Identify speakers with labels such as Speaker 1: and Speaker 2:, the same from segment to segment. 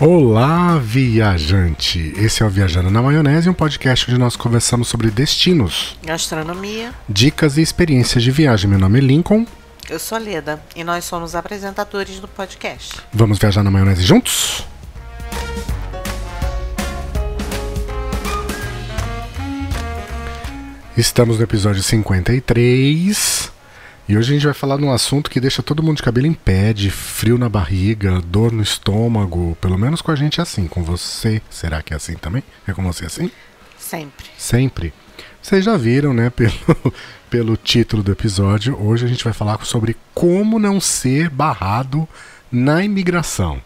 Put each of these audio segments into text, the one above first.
Speaker 1: Olá, viajante! Esse é o Viajando na Maionese, um podcast onde nós conversamos sobre destinos,
Speaker 2: Gastronomia,
Speaker 1: dicas e experiências de viagem. Meu nome é Lincoln.
Speaker 2: eu sou Leda e nós somos apresentadores do podcast.
Speaker 1: Vamos viajar na maionese juntos? Estamos no episódio 53 e hoje a gente vai falar de um assunto que deixa todo mundo de cabelo em pé, de frio na barriga, dor no estômago. Pelo menos com a gente é assim, com você. Será que é assim também? É com você assim?
Speaker 2: Sempre.
Speaker 1: Sempre. Vocês já viram, né, pelo, pelo título do episódio, hoje a gente vai falar sobre como não ser barrado na imigração.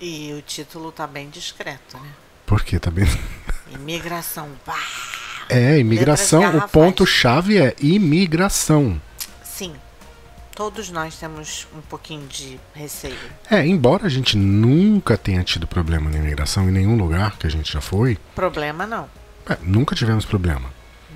Speaker 2: E o título tá bem discreto, né?
Speaker 1: Porque também.
Speaker 2: Imigração. Bah!
Speaker 1: É, imigração.
Speaker 2: Letras
Speaker 1: O ponto-chave é imigração.
Speaker 2: Sim, todos nós temos um pouquinho de receio.
Speaker 1: É, embora a gente nunca tenha tido problema na imigração em nenhum lugar que a gente já foi,
Speaker 2: Problema não,
Speaker 1: é, nunca tivemos problema.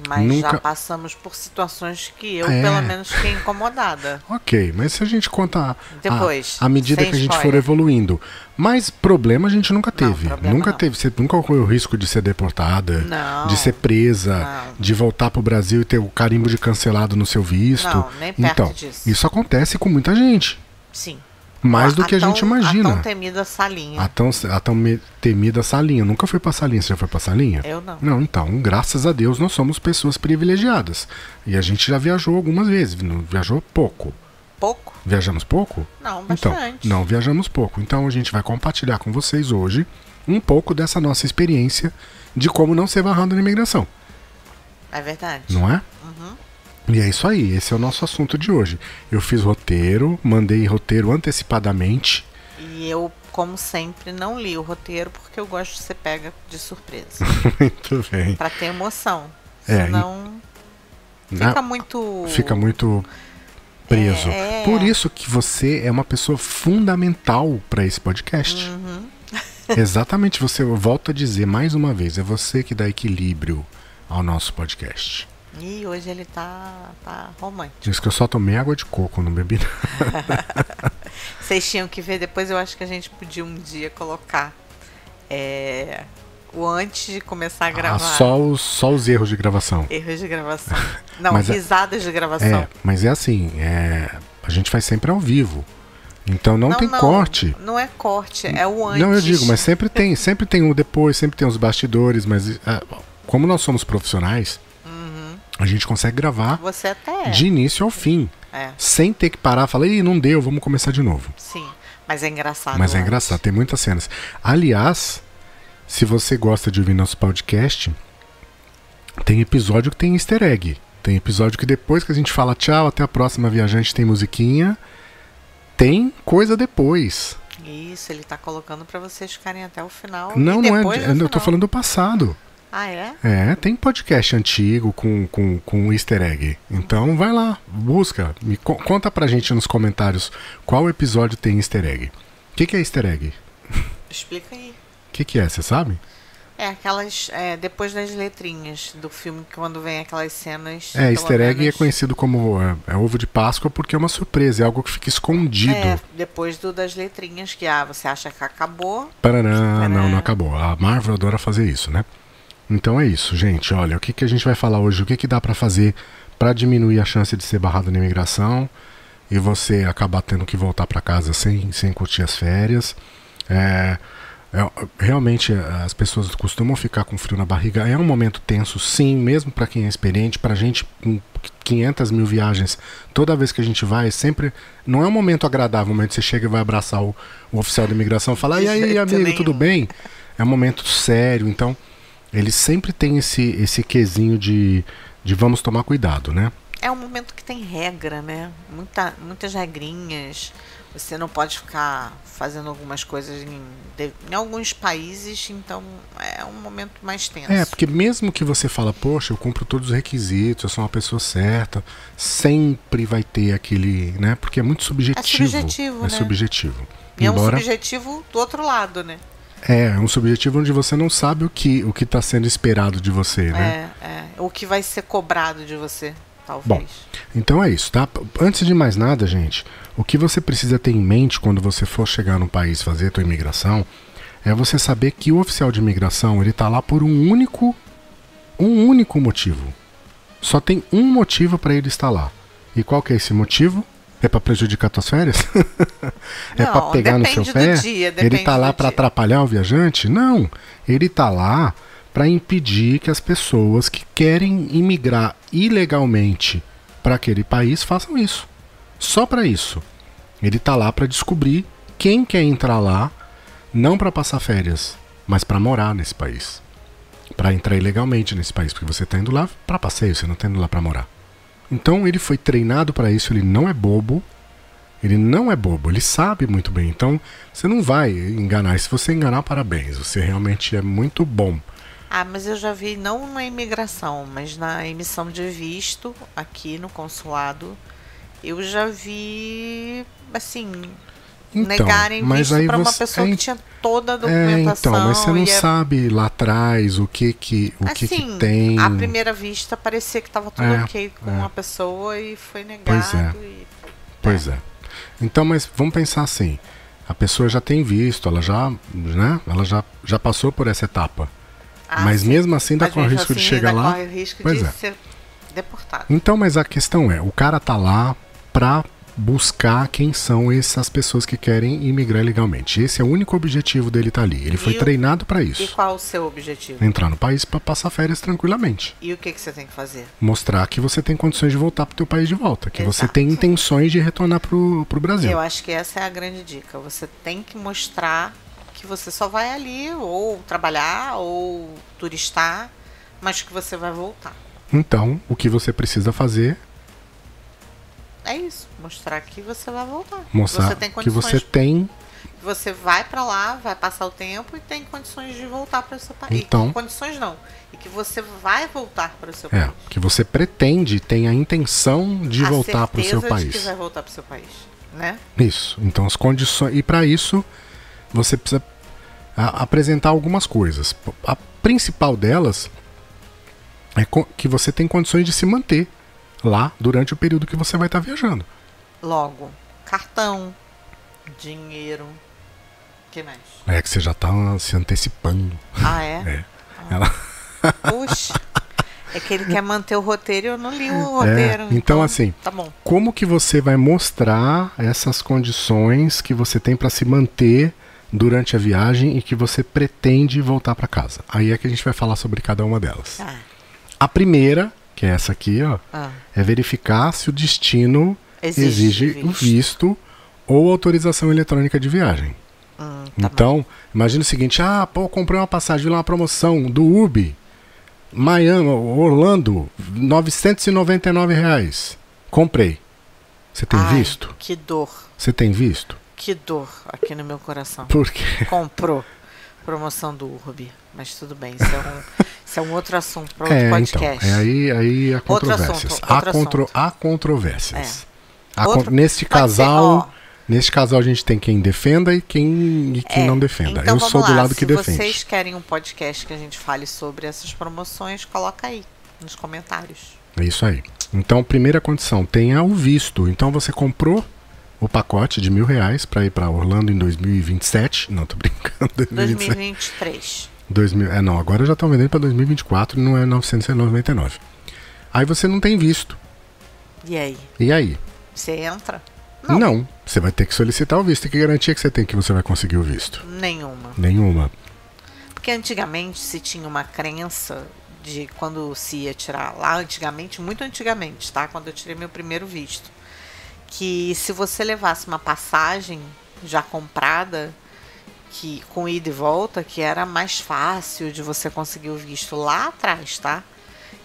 Speaker 2: mas
Speaker 1: Nunca-
Speaker 2: já passamos por situações que eu,
Speaker 1: É.
Speaker 2: pelo menos, fiquei incomodada.
Speaker 1: Ok, mas se a gente conta a-
Speaker 2: Depois,
Speaker 1: à medida
Speaker 2: sem
Speaker 1: que a gente for
Speaker 2: spoiler.
Speaker 1: evoluindo. Mas problema a gente nunca teve.
Speaker 2: problema
Speaker 1: nunca
Speaker 2: não.
Speaker 1: teve. Você nunca correu o risco de ser deportada,
Speaker 2: Não.
Speaker 1: de ser presa,
Speaker 2: Não.
Speaker 1: de voltar pro Brasil e ter o carimbo de cancelado no seu visto.
Speaker 2: Não, nem perto
Speaker 1: então,
Speaker 2: disso.
Speaker 1: isso acontece com muita gente.
Speaker 2: Sim.
Speaker 1: Mais do
Speaker 2: A
Speaker 1: que a
Speaker 2: tão-
Speaker 1: gente imagina.
Speaker 2: A tão temida salinha.
Speaker 1: A tão, a tão me- temida salinha. Eu Nunca fui pra salinha. Você já foi pra salinha?
Speaker 2: Eu não.
Speaker 1: Não, então, graças a Deus, nós somos pessoas privilegiadas. E a gente já viajou algumas vezes. não- Viajou pouco.
Speaker 2: Pouco?
Speaker 1: Viajamos pouco?
Speaker 2: Não,
Speaker 1: Então,
Speaker 2: bastante.
Speaker 1: não viajamos pouco. Então a gente vai compartilhar com vocês hoje um pouco dessa nossa experiência de como não ser barrado na imigração,
Speaker 2: É verdade.
Speaker 1: não é?
Speaker 2: Uhum.
Speaker 1: E é isso aí, esse é o nosso assunto de hoje. Eu fiz roteiro, mandei roteiro antecipadamente.
Speaker 2: E eu, como sempre, não li o roteiro porque eu gosto de ser pega de surpresa.
Speaker 1: muito bem.
Speaker 2: Pra ter emoção.
Speaker 1: É,
Speaker 2: Senão
Speaker 1: Na-
Speaker 2: fica muito.
Speaker 1: né? fica muito preso.
Speaker 2: É.
Speaker 1: Por isso que você é uma pessoa fundamental para esse podcast.
Speaker 2: Uhum.
Speaker 1: Exatamente, você eu volto a dizer mais uma vez, é você que dá equilíbrio ao nosso podcast.
Speaker 2: Ih, hoje ele tá, tá romântico.
Speaker 1: Diz que eu só tomei água de coco, não bebi nada.
Speaker 2: Vocês tinham que ver, depois eu acho que a gente podia um dia colocar. é, o antes de começar a gravar.
Speaker 1: Ah, só, os, só os erros de gravação.
Speaker 2: Erros de gravação. Não,
Speaker 1: Mas é-
Speaker 2: risadas de gravação.
Speaker 1: É, mas é assim, é, a gente faz sempre ao vivo. Então não, tem corte.
Speaker 2: Não é corte, é o antes.
Speaker 1: Não, eu digo, mas sempre tem, sempre tem o depois, sempre tem os bastidores, mas ah, como nós somos profissionais, a gente consegue gravar
Speaker 2: Você até Uhum. é.
Speaker 1: de início ao fim.
Speaker 2: É.
Speaker 1: Sem ter que parar e falar, ih, não deu, vamos começar de novo.
Speaker 2: Sim. Mas é engraçado.
Speaker 1: Mas é
Speaker 2: antes.
Speaker 1: engraçado, tem muitas cenas. Aliás, se você gosta de ouvir nosso podcast, tem episódio que tem easter egg. Tem episódio que depois que a gente fala tchau, até a próxima viajante, tem musiquinha. Tem coisa depois.
Speaker 2: Isso, ele tá colocando pra vocês ficarem até o final.
Speaker 1: não,
Speaker 2: e
Speaker 1: não é.
Speaker 2: depois do
Speaker 1: Eu tô
Speaker 2: final.
Speaker 1: falando do passado.
Speaker 2: Ah, é?
Speaker 1: É, tem podcast antigo com, com, com easter egg. Então vai lá, busca. Me co- conta pra gente nos comentários qual episódio tem easter egg. O que, que é easter egg?
Speaker 2: Explica aí.
Speaker 1: O que, que é, você sabe?
Speaker 2: É aquelas. é, depois das letrinhas do filme, quando vem aquelas cenas.
Speaker 1: É,
Speaker 2: pelo
Speaker 1: easter egg
Speaker 2: menos-
Speaker 1: é conhecido como é, é ovo de Páscoa porque é uma surpresa, é algo que fica escondido.
Speaker 2: É, depois do, das letrinhas, que ah, você acha que acabou.
Speaker 1: Paraná, não, não
Speaker 2: Paraná.
Speaker 1: acabou. A Marvel adora fazer isso, né? Então é isso, gente. Olha, o que, que a gente vai falar hoje? O que, que dá pra fazer pra diminuir a chance de ser barrado na imigração e você acabar tendo que voltar pra casa sem, sem curtir as férias? É, é, realmente as pessoas costumam ficar com frio na barriga. É um momento tenso, sim, mesmo pra quem é experiente. Pra gente com 500 mil viagens, toda vez que a gente vai, sempre. Não é um momento agradável, um momento que você chega e vai abraçar o, o oficial da imigração e falar: e
Speaker 2: De
Speaker 1: aí,
Speaker 2: jeito
Speaker 1: amigo, tudo
Speaker 2: nenhum."
Speaker 1: bem? É um momento sério, então eles sempre têm esse, esse quesinho de, de vamos tomar cuidado, né?
Speaker 2: É um momento que tem regra, né? Muita, muitas regrinhas. Você não pode ficar fazendo algumas coisas em, de- em alguns países, então é um momento mais tenso.
Speaker 1: É, porque mesmo que você fala, poxa, eu cumpro todos os requisitos, eu sou uma pessoa certa, sempre vai ter aquele, né? Porque é muito subjetivo.
Speaker 2: subjetivo,
Speaker 1: é
Speaker 2: né?
Speaker 1: subjetivo.
Speaker 2: e é um
Speaker 1: Embora
Speaker 2: subjetivo do outro lado, né?
Speaker 1: é é um subjetivo onde você não tá sabe o que o que está sendo esperado de você, né?
Speaker 2: É, é. O que vai ser cobrado de você. talvez.
Speaker 1: Bom, então é isso, tá? Antes de mais nada, gente, o que você precisa ter em mente quando você for chegar num país fazer a tua imigração é você saber que o oficial de imigração, ele tá lá por um único um único motivo. Só tem um motivo para ele estar lá. E qual que é esse motivo? É para prejudicar tuas férias? é para
Speaker 2: Não,
Speaker 1: pegar no seu
Speaker 2: depende do
Speaker 1: pé?
Speaker 2: dia,
Speaker 1: ele
Speaker 2: depende
Speaker 1: tá lá
Speaker 2: do
Speaker 1: para
Speaker 2: dia.
Speaker 1: atrapalhar o viajante? Não, ele tá lá para impedir que as pessoas que querem imigrar ilegalmente para aquele país façam isso. Só para isso. Ele tá lá para descobrir quem quer entrar lá, não para passar férias, mas para morar nesse país. Para entrar ilegalmente nesse país, porque você tá indo lá para passeio, você não tá indo lá para morar. Então ele foi treinado para isso, ele não é bobo. Ele não é bobo, ele sabe muito bem. Então você não vai enganar. Se você enganar, parabéns. Você realmente é muito bom.
Speaker 2: Ah, mas eu já vi não na imigração, mas na emissão de visto aqui no consulado, eu já vi assim
Speaker 1: Então,
Speaker 2: negarem
Speaker 1: mas
Speaker 2: visto
Speaker 1: aí
Speaker 2: para uma
Speaker 1: você-
Speaker 2: pessoa
Speaker 1: é,
Speaker 2: que tinha toda a
Speaker 1: É, então,
Speaker 2: documentação
Speaker 1: mas você não
Speaker 2: e é-
Speaker 1: sabe lá atrás o que que o que, que
Speaker 2: assim,
Speaker 1: tem.
Speaker 2: à primeira vista parecia que estava tudo
Speaker 1: É,
Speaker 2: ok com
Speaker 1: é.
Speaker 2: uma pessoa e foi
Speaker 1: Pois é.
Speaker 2: negado e
Speaker 1: Pois é. Então, mas vamos pensar assim. A pessoa já tem visto, ela já, né? Ela já, já passou por essa etapa.
Speaker 2: Ah,
Speaker 1: mas
Speaker 2: sim.
Speaker 1: mesmo assim ainda
Speaker 2: Mas
Speaker 1: corre o
Speaker 2: mesmo
Speaker 1: risco de
Speaker 2: assim,
Speaker 1: chegar
Speaker 2: ainda
Speaker 1: lá.
Speaker 2: corre o risco
Speaker 1: Pois
Speaker 2: de
Speaker 1: é.
Speaker 2: ser deportado.
Speaker 1: Então, mas a questão é, o cara tá lá pra buscar quem são essas pessoas que querem imigrar ilegalmente. Esse é o único objetivo dele tá ali. Ele foi
Speaker 2: E o-
Speaker 1: treinado pra
Speaker 2: E
Speaker 1: isso.
Speaker 2: qual o seu objetivo?
Speaker 1: Entrar no país pra passar férias tranquilamente.
Speaker 2: E o que, que você tem que fazer?
Speaker 1: Mostrar que você tem condições de voltar pro teu país de volta, que você
Speaker 2: Exato.
Speaker 1: tem intenções de retornar pro, pro Brasil.
Speaker 2: Eu acho que essa é a grande dica. Você tem que mostrar que você só vai ali ou trabalhar ou turistar, mas que você vai voltar.
Speaker 1: Então, o que você precisa fazer
Speaker 2: É isso, mostrar que você vai voltar.
Speaker 1: mostrar
Speaker 2: você tem
Speaker 1: que
Speaker 2: condições.
Speaker 1: você tem
Speaker 2: Você vai pra lá, vai passar o tempo e tem condições de voltar para o seu país.
Speaker 1: Então-
Speaker 2: Condições não. E que você vai voltar para o seu
Speaker 1: é,
Speaker 2: país.
Speaker 1: que você pretende tem a intenção de
Speaker 2: A
Speaker 1: voltar pro seu
Speaker 2: certeza
Speaker 1: país
Speaker 2: De que vai voltar pro seu país, né?
Speaker 1: Isso. Então as condições. E para isso, você precisa a- apresentar algumas coisas. P- A principal delas é co- que você tem condições de se manter lá durante o período que você vai estar viajando.
Speaker 2: Logo, cartão, dinheiro, que mais?
Speaker 1: É que você já está se antecipando.
Speaker 2: Ah,
Speaker 1: É.
Speaker 2: é?
Speaker 1: Ela-
Speaker 2: Puxa. É que ele quer manter o roteiro e eu não li o roteiro.
Speaker 1: então, assim,
Speaker 2: Tá bom.
Speaker 1: Como que você vai mostrar essas condições que você tem para se manter durante a viagem e que você pretende voltar para casa? Aí é que a gente vai falar sobre cada uma delas.
Speaker 2: Ah,
Speaker 1: A primeira, que é essa aqui, ó,
Speaker 2: ah.
Speaker 1: é verificar se o destino
Speaker 2: Exige
Speaker 1: exige,
Speaker 2: visto.
Speaker 1: o visto ou autorização eletrônica de viagem.
Speaker 2: Hum,
Speaker 1: então, imagina o seguinte: ah, pô, comprei uma passagem, vi lá uma promoção do UB, Miami, Orlando, R$ 999 reais. Comprei. Você tem
Speaker 2: Ai,
Speaker 1: visto?
Speaker 2: Que dor,
Speaker 1: Você tem visto?
Speaker 2: que dor aqui no meu coração.
Speaker 1: Por quê?
Speaker 2: Comprou promoção do Urb. Mas tudo bem, isso é um, isso é um outro assunto para outro
Speaker 1: É, então,
Speaker 2: podcast.
Speaker 1: é aí, aí há
Speaker 2: Outro assunto,
Speaker 1: controvérsias. há,
Speaker 2: outro
Speaker 1: contro,
Speaker 2: assunto. É.
Speaker 1: há controvérsias. Há
Speaker 2: Outro-
Speaker 1: con- neste
Speaker 2: pode ser,
Speaker 1: casal,
Speaker 2: ó.
Speaker 1: neste casal a gente tem quem defenda e quem, e quem
Speaker 2: É,
Speaker 1: não defenda.
Speaker 2: Então
Speaker 1: Eu
Speaker 2: vamos
Speaker 1: sou do
Speaker 2: lá,
Speaker 1: lado que
Speaker 2: se
Speaker 1: defende.
Speaker 2: vocês querem um podcast que a gente fale sobre essas promoções, coloca aí nos comentários.
Speaker 1: É isso aí. Então, primeira condição, tenha o visto. Então, você comprou o pacote de mil reais para ir para Orlando em 2027. Não, tô brincando. 2027.
Speaker 2: 2023.
Speaker 1: 2000, é, não, agora já estão vendendo para 2024 e não é 999. Aí você não tem visto.
Speaker 2: E aí?
Speaker 1: E aí?
Speaker 2: Você entra?
Speaker 1: Não. Você vai ter que solicitar o visto. E que garantia que você tem que você vai conseguir o visto?
Speaker 2: Nenhuma.
Speaker 1: Nenhuma.
Speaker 2: Porque antigamente se tinha uma crença de quando se ia tirar lá, antigamente, muito antigamente, tá? Quando eu tirei meu primeiro visto, que se você levasse uma passagem já comprada, que com ida e volta, que era mais fácil de você conseguir o visto lá atrás, tá?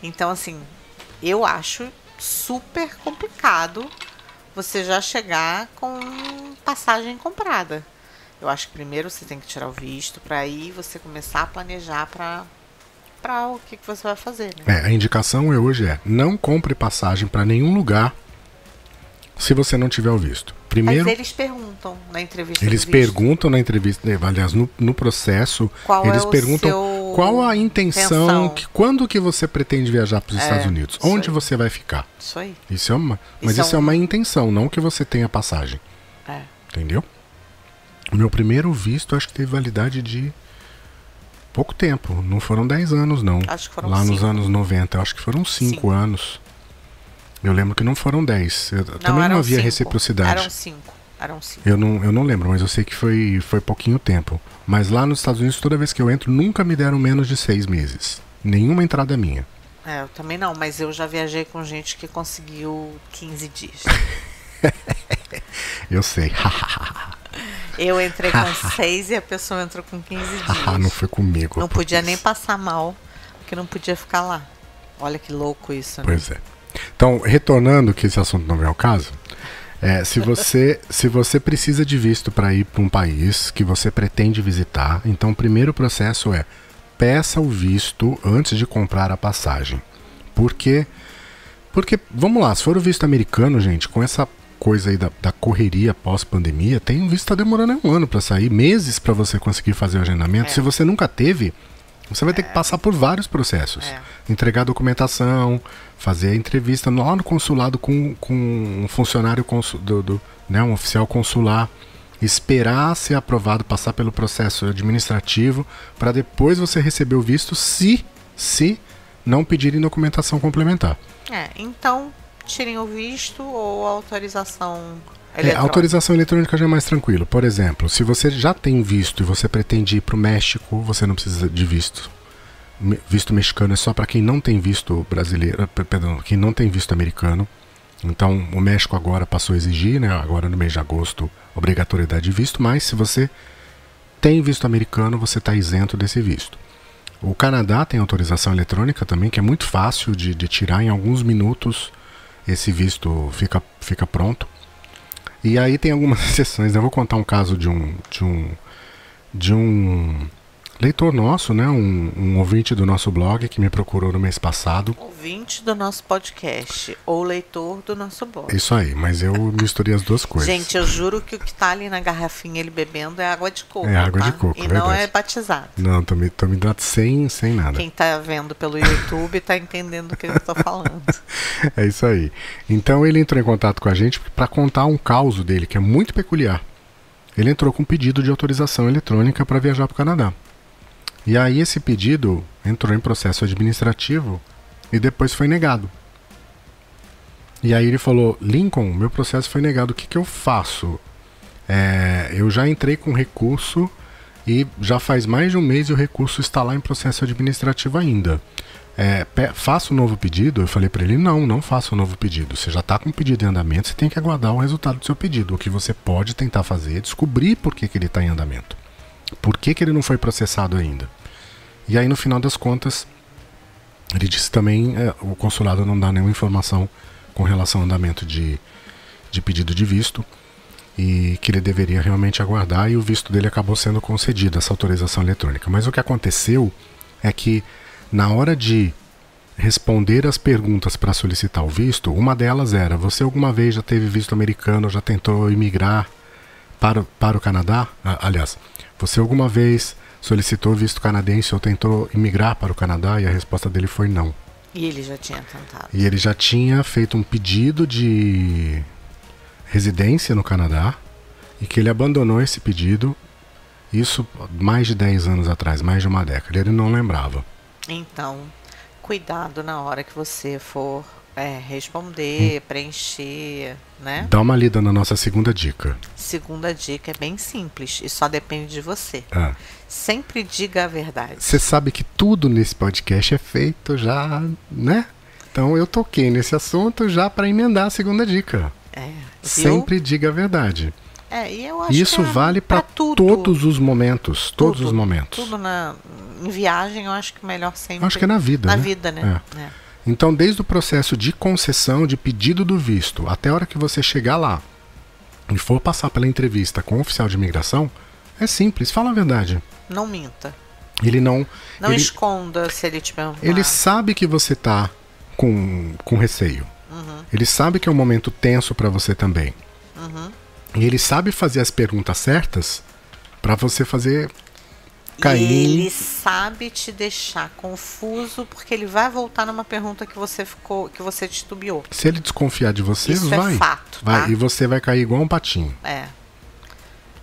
Speaker 2: Então, assim, eu acho super complicado você já chegar com passagem comprada. Eu acho que primeiro você tem que tirar o visto para aí você começar a planejar para para o que, que você vai fazer, né?
Speaker 1: É, a indicação é hoje é não compre passagem para nenhum lugar se você não tiver o visto. Primeiro,
Speaker 2: Mas eles perguntam na entrevista.
Speaker 1: Eles
Speaker 2: do visto
Speaker 1: perguntam na entrevista, né, aliás, é, no, no processo,
Speaker 2: Qual
Speaker 1: eles
Speaker 2: é o
Speaker 1: perguntam
Speaker 2: seu o.
Speaker 1: Qual a intenção?
Speaker 2: Intenção.
Speaker 1: que- quando que você pretende viajar para os
Speaker 2: É,
Speaker 1: Estados Unidos?
Speaker 2: isso
Speaker 1: Onde
Speaker 2: aí.
Speaker 1: você vai ficar?
Speaker 2: Isso aí.
Speaker 1: Isso é uma, mas
Speaker 2: Isso é
Speaker 1: isso é
Speaker 2: um-
Speaker 1: uma intenção, não que você tenha passagem,
Speaker 2: É.
Speaker 1: entendeu? O Meu primeiro visto acho que teve validade de pouco tempo, não foram 10 anos não.
Speaker 2: Acho que foram
Speaker 1: Lá nos
Speaker 2: cinco.
Speaker 1: anos 90, eu acho que foram 5
Speaker 2: Cinco.
Speaker 1: anos. Eu lembro que não foram 10. Eu
Speaker 2: Não,
Speaker 1: também não
Speaker 2: eram
Speaker 1: havia
Speaker 2: cinco.
Speaker 1: reciprocidade.
Speaker 2: Eram cinco. Eram cinco.
Speaker 1: Eu não, eu não lembro, mas eu sei que foi, foi pouquinho tempo. Mas lá nos Estados Unidos, toda vez que eu entro, nunca me deram menos de seis meses. Nenhuma entrada minha.
Speaker 2: É, eu também não, mas eu já viajei com gente que conseguiu 15 dias.
Speaker 1: Eu sei.
Speaker 2: Eu entrei com 6 e a pessoa entrou com 15
Speaker 1: Ah, não
Speaker 2: dias.
Speaker 1: foi comigo.
Speaker 2: Não podia nem passar mal, porque não podia ficar lá. Olha que louco isso, né?
Speaker 1: Pois é. Então, retornando, que esse assunto não vem ao caso, é, se, você, se você precisa de visto para ir para um país que você pretende visitar, então o primeiro processo é peça o visto antes de comprar a passagem. Por quê? Porque, vamos lá, se for o visto americano, gente, com essa coisa aí da, da correria pós-pandemia, tem um visto que tá demorando um ano para sair, meses para você conseguir fazer o agendamento. Se você nunca teve, você vai ter que passar por vários processos.
Speaker 2: É.
Speaker 1: Entregar documentação, fazer a entrevista lá no consulado com, com um funcionário consu- do, do- né, um oficial consular, esperar ser aprovado, passar pelo processo administrativo, para depois você receber o visto se, se não pedirem documentação complementar.
Speaker 2: É, então tirem o visto ou a autorização
Speaker 1: É,
Speaker 2: eletrônica.
Speaker 1: autorização eletrônica já é mais tranquilo. Por exemplo, se você já tem visto e você pretende ir para o México, você não precisa de visto. Me- Visto mexicano é só para quem não tem visto brasileiro, eh, per- perdão, quem não tem visto americano. Então, o México agora passou a exigir, né, agora no mês de agosto, obrigatoriedade de visto, mas se você tem visto americano, você está isento desse visto. O Canadá tem autorização eletrônica também, que é muito fácil de, de tirar em alguns minutos. Esse visto fica, fica pronto. E aí tem algumas exceções. né? Eu vou contar um caso de um de um de um leitor nosso, né? Um, um ouvinte do nosso blog que me procurou no mês passado.
Speaker 2: Ouvinte do nosso podcast ou leitor do nosso blog.
Speaker 1: Isso aí, mas eu misturei as duas coisas.
Speaker 2: Gente, eu juro que o que tá ali na garrafinha ele bebendo é água de coco.
Speaker 1: É água de
Speaker 2: tá?
Speaker 1: coco,
Speaker 2: E não
Speaker 1: verdade.
Speaker 2: é batizado.
Speaker 1: Não, tô me, tô me dando sem, sem nada.
Speaker 2: Quem tá vendo pelo YouTube tá entendendo o que eu tô falando.
Speaker 1: É isso aí. Então ele entrou em contato com a gente para contar um caso dele que é muito peculiar. Ele entrou com um pedido de autorização eletrônica para viajar para o Canadá. E aí esse pedido entrou em processo administrativo e depois foi negado. E aí ele falou: Lincoln, meu processo foi negado, o que, que eu faço? É, eu já entrei com recurso e já faz mais de um mês e o recurso está lá em processo administrativo ainda. É, pe- faço um novo pedido? Eu falei para ele: não, não faça um novo pedido. Você já está com o pedido em andamento, você tem que aguardar o resultado do seu pedido. O que você pode tentar fazer é descobrir por que, que ele está em andamento. Por que, que ele não foi processado ainda? E aí, no final das contas, ele disse também: é, o consulado não dá nenhuma informação com relação ao andamento de, de pedido de visto e que ele deveria realmente aguardar e o visto dele acabou sendo concedido, essa autorização eletrônica. Mas o que aconteceu é que na hora de responder as perguntas para solicitar o visto, uma delas era: você alguma vez já teve visto americano, já tentou imigrar para, o- para o Canadá? Ah, aliás, você alguma vez solicitou visto canadense ou tentou imigrar para o Canadá? E a resposta dele foi não.
Speaker 2: E ele já tinha tentado.
Speaker 1: E ele já tinha feito um pedido de residência no Canadá e que ele abandonou esse pedido, isso mais de 10 anos atrás, mais de uma década. Ele não lembrava.
Speaker 2: Então, cuidado na hora que você for é,
Speaker 1: Hum.
Speaker 2: responder, preencher, né?
Speaker 1: Dá uma lida na nossa segunda dica.
Speaker 2: Segunda dica é bem simples e só depende de você.
Speaker 1: Ah,
Speaker 2: Sempre diga a verdade.
Speaker 1: Você sabe que tudo nesse podcast é feito já, né? Então eu toquei nesse assunto já para emendar a segunda dica.
Speaker 2: É, viu?
Speaker 1: Sempre diga a verdade.
Speaker 2: É, e eu acho
Speaker 1: E isso
Speaker 2: que é
Speaker 1: vale para
Speaker 2: tudo.
Speaker 1: todos os momentos, todos
Speaker 2: Tudo,
Speaker 1: os momentos.
Speaker 2: Tudo na em viagem, eu acho que melhor sempre.
Speaker 1: Acho que é na vida,
Speaker 2: Na
Speaker 1: né?
Speaker 2: vida, né? É.
Speaker 1: Então, desde o processo de concessão, de pedido do visto, até a hora que você chegar lá e for passar pela entrevista com o oficial de imigração, é simples, fala a verdade.
Speaker 2: Não minta.
Speaker 1: Ele não.
Speaker 2: Não
Speaker 1: ele,
Speaker 2: esconda se ele te perguntar.
Speaker 1: ele sabe que você tá com, com receio.
Speaker 2: Uhum.
Speaker 1: Ele sabe que é um momento tenso para você também.
Speaker 2: Uhum.
Speaker 1: E ele sabe fazer as perguntas certas para você fazer cair.
Speaker 2: E ele sabe te deixar confuso porque ele vai voltar numa pergunta que você ficou, que você titubeou.
Speaker 1: Se ele desconfiar de você,
Speaker 2: Isso é
Speaker 1: vai.
Speaker 2: fato,
Speaker 1: vai.
Speaker 2: tá?
Speaker 1: E você vai cair igual um patinho.
Speaker 2: É.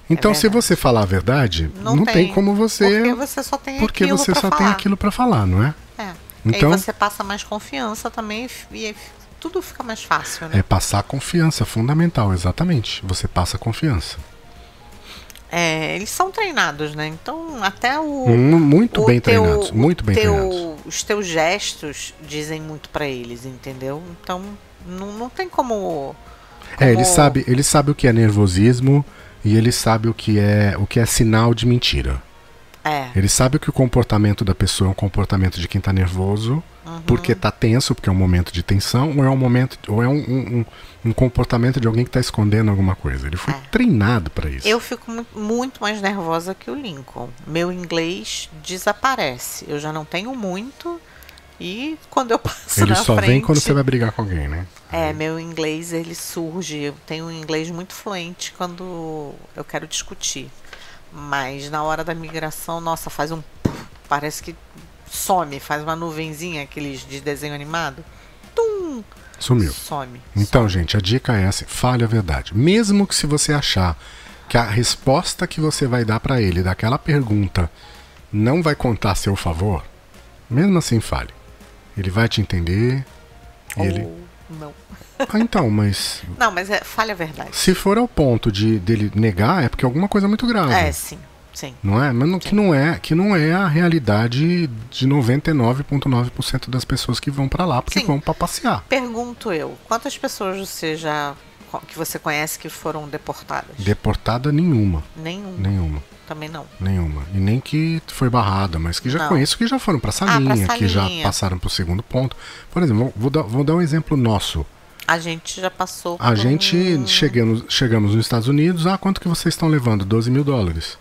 Speaker 1: Então, se
Speaker 2: verdade.
Speaker 1: você falar a verdade, não, tem. como
Speaker 2: Porque
Speaker 1: você.
Speaker 2: você só tem
Speaker 1: Porque
Speaker 2: aquilo
Speaker 1: você
Speaker 2: pra
Speaker 1: só
Speaker 2: falar.
Speaker 1: tem aquilo pra falar, não é?
Speaker 2: É.
Speaker 1: Então-
Speaker 2: Aí você passa mais confiança também e f- e aí f- tudo fica mais fácil, né?
Speaker 1: É passar confiança, fundamental, exatamente. Você passa confiança.
Speaker 2: É, eles são treinados, né? Então, até o.
Speaker 1: Mu- Hum, muito
Speaker 2: o
Speaker 1: bem
Speaker 2: teu-
Speaker 1: treinados, muito bem
Speaker 2: teu-
Speaker 1: treinados.
Speaker 2: Os teus gestos dizem muito pra eles, entendeu? Então, não, não tem como.
Speaker 1: É, ele
Speaker 2: como-
Speaker 1: sabe, ele sabe o que é nervosismo e ele sabe o que é o que é sinal de mentira.
Speaker 2: É,
Speaker 1: Ele sabe que o comportamento da pessoa é um comportamento de quem tá nervoso, porque tá tenso, porque é um momento de tensão, ou é um momento, ou é um, um- um- um comportamento de alguém que tá escondendo alguma coisa. Ele foi
Speaker 2: É.
Speaker 1: treinado pra isso.
Speaker 2: eu fico mu- muito mais nervosa que o Lincoln. Meu inglês desaparece. Eu já não tenho muito. E quando eu passo
Speaker 1: ele
Speaker 2: na
Speaker 1: só
Speaker 2: frente,
Speaker 1: vem quando você vai brigar com alguém, né?
Speaker 2: É, meu inglês ele surge. Eu tenho um inglês muito fluente quando eu quero discutir. Mas na hora da migração, nossa, faz um. puff, Parece que some, faz uma nuvenzinha, aqueles de desenho animado. Tum!
Speaker 1: Sumiu.
Speaker 2: Some.
Speaker 1: Então, gente, a dica é assim: fale a verdade. Mesmo que se você achar que a resposta que você vai dar pra ele daquela pergunta não vai contar a seu favor, mesmo assim fale. Ele vai te entender. E
Speaker 2: Ou
Speaker 1: ele.
Speaker 2: não.
Speaker 1: Ah, então, mas
Speaker 2: Não, mas é, falha a verdade.
Speaker 1: se for ao ponto de dele negar, é porque alguma coisa é muito grave.
Speaker 2: É, sim, sim.
Speaker 1: Não é? Mas não- que não é, que não é a realidade de 99.9% das pessoas que vão pra lá, porque
Speaker 2: Sim.
Speaker 1: vão pra passear.
Speaker 2: Pergunto eu, quantas pessoas você já. que você conhece que foram deportadas?
Speaker 1: Deportada nenhuma,
Speaker 2: Nenhum.
Speaker 1: nenhuma.
Speaker 2: Também não.
Speaker 1: Nenhuma. E nem que foi barrada, mas que já
Speaker 2: Não. Ah,
Speaker 1: conheço que já foram pra
Speaker 2: pra
Speaker 1: salinha, que já
Speaker 2: salinha.
Speaker 1: passaram pro segundo ponto. Por exemplo, vou- vou dar, vou dar um exemplo nosso.
Speaker 2: A gente já passou.
Speaker 1: A
Speaker 2: por
Speaker 1: gente
Speaker 2: um-
Speaker 1: chegamos, chegamos nos Estados Unidos, ah, quanto que vocês estão levando? 12 mil dólares.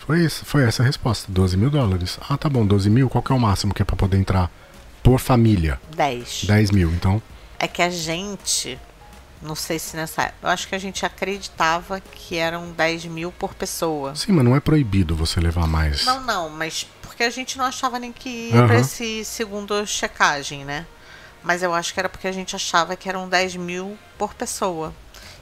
Speaker 1: Foi isso, foi essa a resposta, 12 mil dólares. Ah, tá bom, 12 mil, qual que é o máximo que é pra poder entrar? Por família,
Speaker 2: 10.
Speaker 1: 10 mil. Então,
Speaker 2: É que a gente, não sei se nessa época, eu acho que a gente acreditava que eram 10 mil por pessoa.
Speaker 1: sim, mas não é proibido você levar mais.
Speaker 2: Não, não, mas porque a gente não achava nem que ia
Speaker 1: Aham.
Speaker 2: pra esse segundo checagem, né? Mas eu acho que era porque a gente achava que eram 10 mil por pessoa.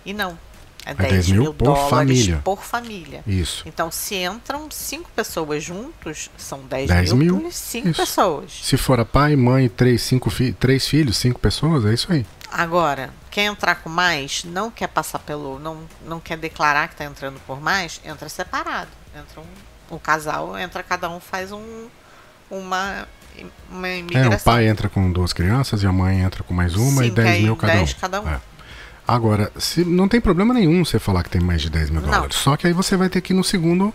Speaker 2: E não. É 10, mil,
Speaker 1: por
Speaker 2: dólares
Speaker 1: família.
Speaker 2: por família.
Speaker 1: Isso.
Speaker 2: Então, se entram cinco pessoas juntos, são 10,
Speaker 1: 10
Speaker 2: mil,
Speaker 1: mil,
Speaker 2: por cinco
Speaker 1: isso.
Speaker 2: pessoas.
Speaker 1: Se for a pai, mãe, três, cinco fi três filhos, cinco pessoas, é isso aí.
Speaker 2: Agora, quem entrar com mais, não quer passar pelo. não, não quer declarar que tá entrando por mais, entra separado. Entra um, um casal, entra, cada um faz um, uma, uma
Speaker 1: É,
Speaker 2: imigração.
Speaker 1: o pai entra com duas crianças e a mãe entra com mais uma e
Speaker 2: Sim, que
Speaker 1: 10
Speaker 2: aí
Speaker 1: mil cada
Speaker 2: 10
Speaker 1: um.
Speaker 2: cada um.
Speaker 1: É. Agora, se, não tem problema nenhum você falar que tem mais de 10 mil
Speaker 2: Não.
Speaker 1: dólares. Só que aí você vai ter que ir no segundo,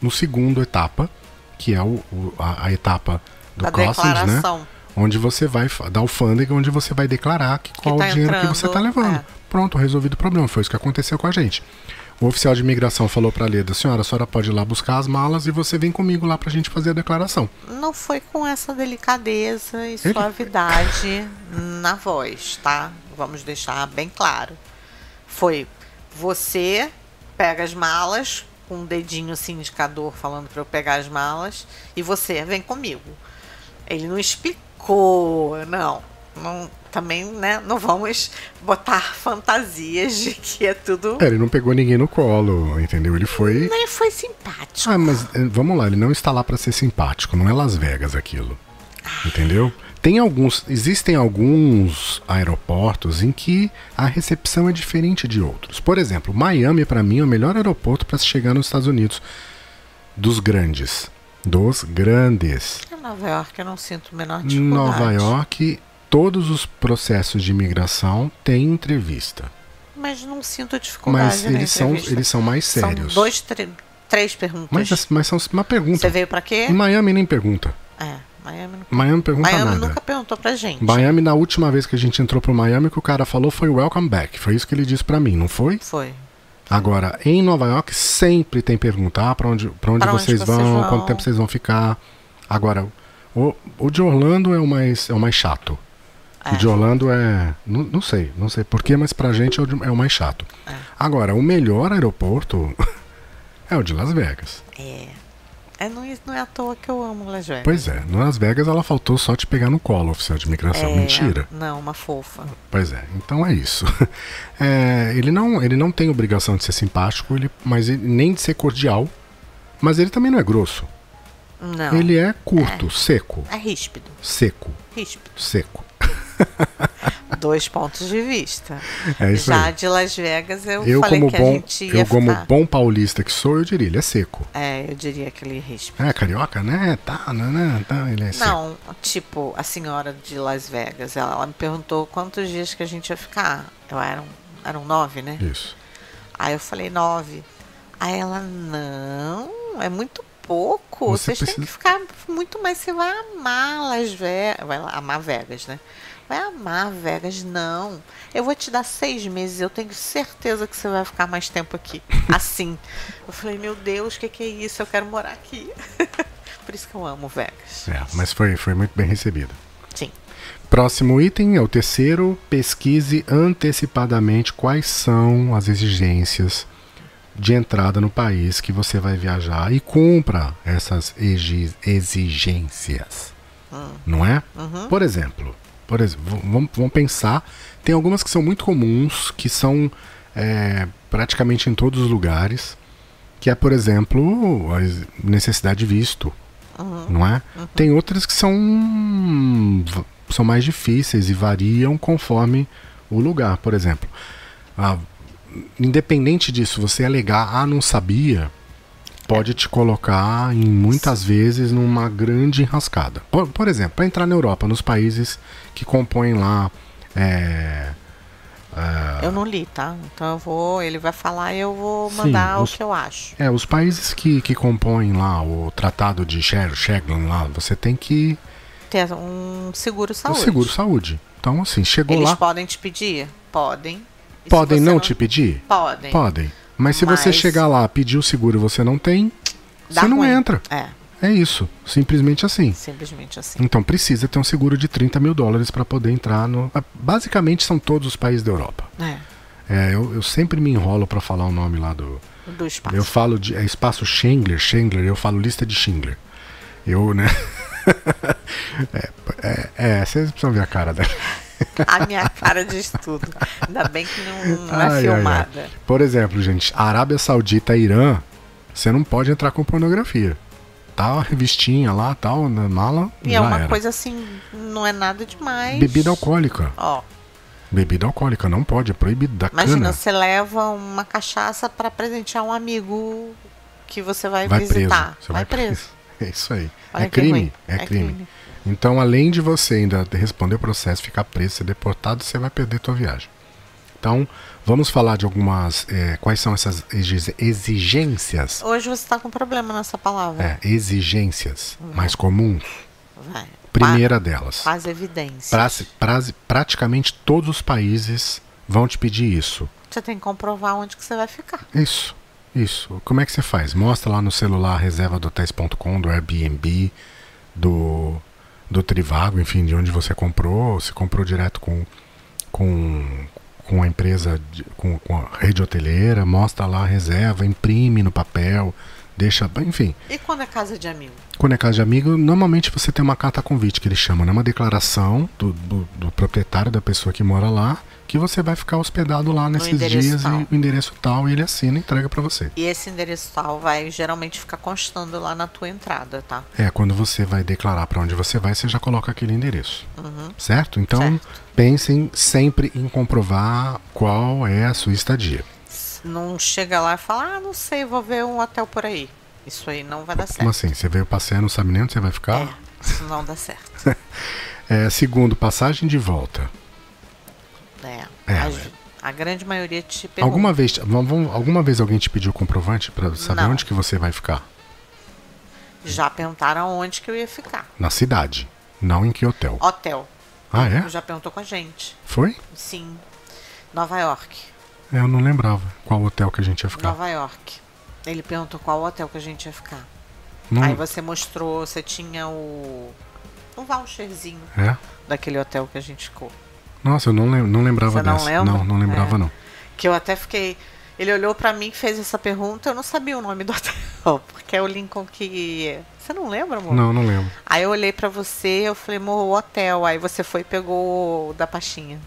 Speaker 1: no segundo etapa, que é o, o- a, a etapa do
Speaker 2: da
Speaker 1: customs, né?
Speaker 2: declaração.
Speaker 1: Onde você vai, fa- da alfândega, onde você vai declarar que qual
Speaker 2: tá
Speaker 1: o dinheiro que
Speaker 2: entrando,
Speaker 1: você está levando.
Speaker 2: é.
Speaker 1: Pronto, resolvido o problema. Foi isso que aconteceu com a gente. O oficial de imigração falou para a Leda, senhora, a senhora pode ir lá buscar as malas e você vem comigo lá para a gente fazer a declaração.
Speaker 2: Não foi com essa delicadeza e
Speaker 1: Ele-
Speaker 2: suavidade na voz, tá? Vamos deixar bem claro. Foi você pega as malas com um dedinho assim indicador falando pra eu pegar as malas e você vem comigo. Ele não explicou, não. Não, também, né? Não vamos botar fantasias de que é tudo.
Speaker 1: É, ele não pegou ninguém no colo, entendeu? Ele foi
Speaker 2: Nem foi simpático.
Speaker 1: Ah, mas eh, vamos lá, ele não está lá para ser simpático, não é Las Vegas aquilo. Entendeu? Tem alguns, existem alguns aeroportos em que a recepção é diferente de outros. Por exemplo, Miami para mim é o melhor aeroporto para se chegar nos Estados Unidos dos grandes, dos grandes.
Speaker 2: Em Nova York eu não sinto a menor
Speaker 1: Em
Speaker 2: dificuldade.
Speaker 1: Nova York, todos os processos de imigração têm entrevista,
Speaker 2: Mas não sinto dificuldade.
Speaker 1: mas
Speaker 2: na
Speaker 1: eles são,
Speaker 2: entrevista.
Speaker 1: eles são mais sérios.
Speaker 2: São dois, tre- três perguntas.
Speaker 1: mas, assim, então, as- mas são uma
Speaker 2: Você
Speaker 1: pergunta.
Speaker 2: veio pra quê?
Speaker 1: Em Miami nem pergunta.
Speaker 2: É, Miami, não-
Speaker 1: Miami pergunta
Speaker 2: Miami
Speaker 1: nada.
Speaker 2: nunca perguntou pra gente.
Speaker 1: Miami, na última vez que a gente entrou pro Miami, o que o cara falou foi welcome back. Foi isso que ele disse pra mim, não foi?
Speaker 2: Foi.
Speaker 1: Agora, em Nova York, sempre tem perguntar pra onde, pra onde,
Speaker 2: Pra onde
Speaker 1: vocês,
Speaker 2: vocês
Speaker 1: vão,
Speaker 2: vão.
Speaker 1: quanto tempo vocês vão ficar. Agora, o, o de Orlando é o mais, é o mais chato. O de Orlando é. Não, não sei, não sei porquê, mas pra gente é o, de- é o mais chato. Agora, o melhor aeroporto é o de Las Vegas.
Speaker 2: É. É, não, não é à toa que eu amo Las Vegas.
Speaker 1: Pois é, no Las Vegas ela faltou só te pegar no colo, oficial de imigração.
Speaker 2: É,
Speaker 1: Mentira.
Speaker 2: Não, uma fofa.
Speaker 1: Pois é, então é isso. É, ele, não, ele não tem obrigação de ser simpático, ele, mas ele- nem de ser cordial. Mas ele também não é grosso.
Speaker 2: Não.
Speaker 1: Ele é curto, seco,
Speaker 2: É ríspido.
Speaker 1: seco,
Speaker 2: Ríspido.
Speaker 1: seco.
Speaker 2: Dois pontos de vista.
Speaker 1: É isso
Speaker 2: Já
Speaker 1: aí.
Speaker 2: de Las Vegas, eu,
Speaker 1: Eu,
Speaker 2: falei
Speaker 1: como
Speaker 2: que a
Speaker 1: bom,
Speaker 2: gente ia
Speaker 1: eu como
Speaker 2: ficar.
Speaker 1: bom paulista que sou, eu diria, ele é seco.
Speaker 2: É, eu diria aquele ríspido.
Speaker 1: É, carioca, né? Tá, né, né? Tá, ele é seco.
Speaker 2: Não, tipo, a senhora de Las Vegas, ela, ela me perguntou quantos dias que a gente ia ficar. Eu eram, eram nove, né?
Speaker 1: Isso.
Speaker 2: Aí eu falei nove. Aí ela, não, é muito pouco.
Speaker 1: Você
Speaker 2: Vocês têm
Speaker 1: precisa-
Speaker 2: que ficar muito mais. Você vai amar Las Vegas. Vai lá- amar Vegas, né? Vai amar Vegas, não. Eu vou te dar seis meses, eu tenho certeza que você vai ficar mais tempo aqui. Assim. Eu falei, meu Deus, o que, que é isso? Eu quero morar aqui. Por isso que eu amo Vegas.
Speaker 1: É, mas foi, foi muito bem recebido.
Speaker 2: Sim.
Speaker 1: Próximo item é o terceiro. Pesquise antecipadamente quais são as exigências de entrada no país que você vai viajar e cumpra essas exi- exigências. Não é? Por exemplo, por exemplo, v- vamos, vamos pensar. Tem algumas que são muito comuns, que são é, praticamente em todos os lugares, que é, por exemplo, a ex- necessidade de visto não é?
Speaker 2: Uhum.
Speaker 1: Tem outras que são v- são mais difíceis e variam conforme o lugar, por exemplo. Ah, independente disso, você alegar ah não sabia, pode te colocar em muitas vezes numa grande enrascada. Por, por exemplo, para entrar na Europa, nos países que compõem lá é,
Speaker 2: Eu não li, tá? Então eu vou. Ele vai falar e eu vou
Speaker 1: Sim,
Speaker 2: mandar
Speaker 1: os-
Speaker 2: o que eu acho.
Speaker 1: É, os países que, que compõem lá o Tratado de Sher- Schengen lá, você tem que
Speaker 2: Ter um seguro
Speaker 1: o
Speaker 2: saúde.
Speaker 1: seguro saúde. Então assim, chegou
Speaker 2: Eles
Speaker 1: lá,
Speaker 2: podem te pedir? Podem. E se
Speaker 1: podem
Speaker 2: você
Speaker 1: não, te pedir?
Speaker 2: Podem.
Speaker 1: Podem. Mas se você
Speaker 2: É. Mas-
Speaker 1: chegar lá, pedir o seguro e você não tem,
Speaker 2: Dá
Speaker 1: você não
Speaker 2: ruim.
Speaker 1: entra.
Speaker 2: É,
Speaker 1: É isso, simplesmente assim.
Speaker 2: simplesmente assim.
Speaker 1: Então precisa ter um seguro de 30 mil dólares para poder entrar no. Basicamente são todos os países da Europa.
Speaker 2: É,
Speaker 1: É, eu, eu sempre me enrolo para falar o nome lá do,
Speaker 2: do espaço.
Speaker 1: Eu falo de é espaço Schengler, Schengler, eu falo lista de Schindler. Eu, né? é, é, é, vocês precisam ver a cara dela.
Speaker 2: A minha cara diz tudo. Ainda bem que não, não
Speaker 1: Ai,
Speaker 2: é
Speaker 1: ai, ai.
Speaker 2: filmada.
Speaker 1: Por exemplo, gente, Arábia Saudita, Irã, você não pode entrar com pornografia. Tá a revistinha lá, tal, na mala,
Speaker 2: E
Speaker 1: já
Speaker 2: é uma
Speaker 1: era.
Speaker 2: coisa assim, não é nada demais.
Speaker 1: Bebida alcoólica.
Speaker 2: Ó,
Speaker 1: Bebida alcoólica não pode, é proibido da
Speaker 2: imagina,
Speaker 1: cana.
Speaker 2: você leva uma cachaça pra presentear um amigo que você vai,
Speaker 1: Vai preso.
Speaker 2: visitar.
Speaker 1: Você
Speaker 2: vai preso.
Speaker 1: É isso aí.
Speaker 2: Olha
Speaker 1: é
Speaker 2: que
Speaker 1: crime,
Speaker 2: ruim.
Speaker 1: é,
Speaker 2: É
Speaker 1: crime.
Speaker 2: crime.
Speaker 1: Então, além de você ainda responder o processo, ficar preso, ser deportado, você vai perder tua viagem. Então, vamos falar de algumas. eh, quais são essas exi- exigências?
Speaker 2: Hoje você tá com problema nessa palavra.
Speaker 1: É, exigências mais comuns.
Speaker 2: Vai.
Speaker 1: Primeira delas.
Speaker 2: Quase evidência.
Speaker 1: Prase- prase- praticamente todos os países vão te pedir isso.
Speaker 2: Você tem que comprovar onde que você vai ficar.
Speaker 1: Isso, isso. Como é que você faz? Mostra lá no celular a reserva do hotéis.com, do Airbnb, do, do Trivago, enfim, de onde você comprou. Se comprou direto com, com, com a empresa, de- com, com a rede hoteleira, mostra lá a reserva, imprime no papel, deixa. Enfim,
Speaker 2: E quando é casa de amigo?
Speaker 1: quando é casa de amigo, normalmente você tem uma carta convite que eles chamam, né? Uma declaração do, do, do proprietário da pessoa que mora lá, que você vai ficar hospedado lá nesses
Speaker 2: endereço
Speaker 1: dias
Speaker 2: tal.
Speaker 1: e o endereço tal, e ele assina e entrega pra você.
Speaker 2: E esse endereço tal vai geralmente ficar constando lá na tua entrada, tá?
Speaker 1: É, quando você vai declarar pra onde você vai, você já coloca aquele endereço. Certo? Então,
Speaker 2: Uhum. Certo.
Speaker 1: pensem sempre em comprovar qual é a sua estadia.
Speaker 2: Não chega lá e fala, ah, não sei, vou ver um hotel por aí. Isso aí não vai dar
Speaker 1: Como
Speaker 2: certo.
Speaker 1: assim? Você veio passear, não sabe nem onde você vai
Speaker 2: É,
Speaker 1: ficar?
Speaker 2: isso não dá certo.
Speaker 1: É, segundo, passagem de volta.
Speaker 2: É.
Speaker 1: É,
Speaker 2: As-
Speaker 1: né?
Speaker 2: a grande maioria te pergunta.
Speaker 1: Alguma vez, vamos- vamos- alguma vez alguém te pediu comprovante pra saber
Speaker 2: Não.
Speaker 1: onde que você vai ficar?
Speaker 2: Já perguntaram onde que eu ia ficar.
Speaker 1: Na cidade, não em que hotel.
Speaker 2: Hotel.
Speaker 1: Ah, é?
Speaker 2: Já perguntou com a gente.
Speaker 1: Foi? É,
Speaker 2: Sim. Nova York.
Speaker 1: Eu não lembrava qual hotel que a gente ia ficar.
Speaker 2: Nova York. Ele perguntou qual hotel que a gente ia ficar.
Speaker 1: Não,
Speaker 2: Aí você mostrou, você tinha o. um voucherzinho
Speaker 1: É?
Speaker 2: daquele hotel que a gente ficou.
Speaker 1: Nossa, eu não, lem- não lembrava
Speaker 2: Você não
Speaker 1: dessa.
Speaker 2: lembra?
Speaker 1: Não, não lembrava
Speaker 2: É.
Speaker 1: não.
Speaker 2: Que eu até fiquei. Ele olhou para mim e fez essa pergunta. Eu não sabia o nome do hotel, porque é o Lincoln que. Você não lembra, amor?
Speaker 1: Não, não lembro.
Speaker 2: Aí eu olhei para você eu falei, amor, o hotel. Aí você foi e pegou o da pastinha.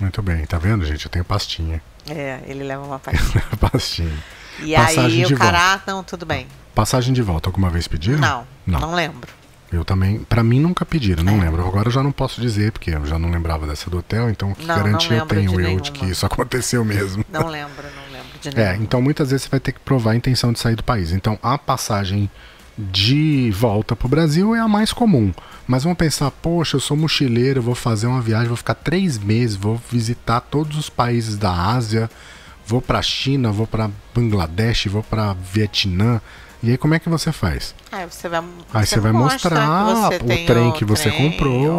Speaker 1: Muito bem, tá vendo, gente? Eu tenho pastinha.
Speaker 2: É, ele leva uma pastinha.
Speaker 1: pastinha.
Speaker 2: E
Speaker 1: Passagem
Speaker 2: aí
Speaker 1: de
Speaker 2: o cara,
Speaker 1: volta.
Speaker 2: ah, não, tudo bem.
Speaker 1: Passagem de volta, alguma vez pediram?
Speaker 2: Não, não,
Speaker 1: Não.
Speaker 2: lembro.
Speaker 1: Eu também, pra mim nunca pediram, não
Speaker 2: É.
Speaker 1: lembro. Agora eu já não posso dizer, porque eu já não lembrava dessa do hotel, então que
Speaker 2: Não, não
Speaker 1: garantia eu
Speaker 2: lembro
Speaker 1: tenho
Speaker 2: de
Speaker 1: eu
Speaker 2: nenhuma.
Speaker 1: de que isso aconteceu mesmo?
Speaker 2: Não lembro, não lembro de
Speaker 1: É,
Speaker 2: nada.
Speaker 1: então muitas vezes você vai ter que provar a intenção de sair do país. Então a passagem de volta pro Brasil é a mais comum. Mas vamos pensar, poxa, eu sou mochileiro, eu vou fazer uma viagem, vou ficar três meses, vou visitar todos os países da Ásia, vou pra China, vou pra Bangladesh, vou pra Vietnã. E aí como é que você faz?
Speaker 2: Aí você vai,
Speaker 1: Aí você vai mostrar
Speaker 2: mostra
Speaker 1: o trem que você comprou.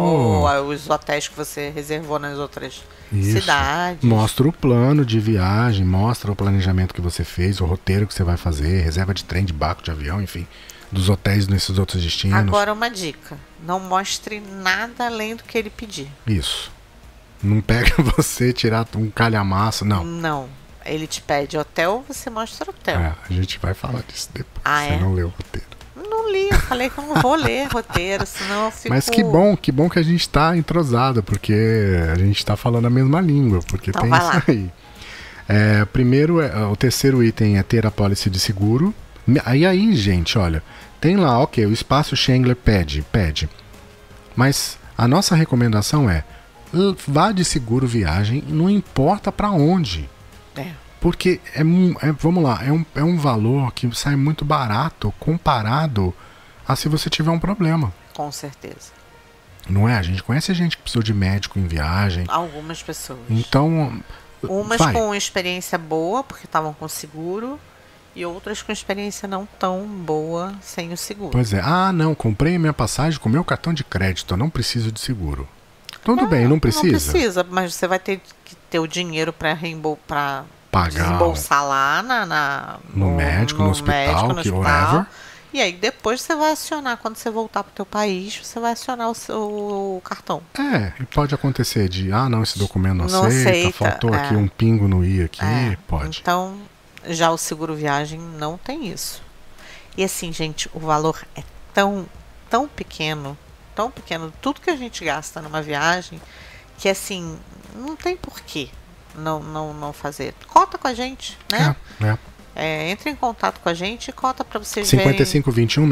Speaker 2: Ou os hotéis que você reservou nas outras
Speaker 1: Isso.
Speaker 2: cidades.
Speaker 1: Mostra o plano de viagem, mostra o planejamento que você fez, o roteiro que você vai fazer, reserva de trem, de barco, de avião, enfim, dos hotéis nesses outros destinos.
Speaker 2: Agora uma dica. Não mostre nada além do que ele pedir.
Speaker 1: Isso. Não pega você tirar um calhamaço, não.
Speaker 2: Não. Ele te pede hotel, você mostra hotel.
Speaker 1: É, a gente vai falar disso depois.
Speaker 2: Ah,
Speaker 1: você
Speaker 2: é?
Speaker 1: não leu o roteiro.
Speaker 2: Não li, eu falei que eu não vou ler roteiro, senão eu fico.
Speaker 1: Mas que bom, que bom que a gente tá entrosado, porque a gente tá falando a mesma língua, porque
Speaker 2: Então
Speaker 1: tem
Speaker 2: vai
Speaker 1: isso
Speaker 2: lá.
Speaker 1: aí. É, primeiro, é, o terceiro item é ter a policy de seguro. Me- Aí, aí, gente, olha, tem lá, ok, o espaço Schengler pede, pede. Mas a nossa recomendação é, l- vá de seguro viagem, não importa para onde.
Speaker 2: É.
Speaker 1: Porque é, mu- é- vamos lá, é um, é um valor que sai muito barato comparado a se você tiver um problema.
Speaker 2: Com certeza.
Speaker 1: Não é? A gente conhece gente que precisou de médico em viagem.
Speaker 2: Algumas pessoas.
Speaker 1: Então.
Speaker 2: Umas
Speaker 1: vai.
Speaker 2: com experiência boa, porque estavam com seguro, e outras com experiência não tão boa sem o seguro.
Speaker 1: Pois é. Ah, não, comprei minha passagem com meu cartão de crédito. Eu não preciso de seguro. Tudo bem, não precisa.
Speaker 2: É, Não precisa, mas você vai ter que ter o dinheiro para reembol... pra
Speaker 1: Pagar.
Speaker 2: desembolsar lá na, na-
Speaker 1: No médico, no hospital, que whatever.
Speaker 2: E aí depois você vai acionar, quando você voltar pro teu país, você vai acionar o seu cartão.
Speaker 1: É, e pode acontecer de. Ah, não, esse documento não,
Speaker 2: Não
Speaker 1: aceita,
Speaker 2: aceita,
Speaker 1: Faltou
Speaker 2: é.
Speaker 1: aqui um pingo no i aqui.
Speaker 2: É,
Speaker 1: Pode.
Speaker 2: Então, já o seguro viagem não tem isso. E assim, gente, o valor é tão, tão pequeno, tão pequeno, tudo que a gente gasta numa viagem, que assim, não tem porquê não, não, não fazer. Cota com a gente, né?
Speaker 1: É, é.
Speaker 2: É, entre em contato com a gente e cota pra vocês verem.
Speaker 1: 55 21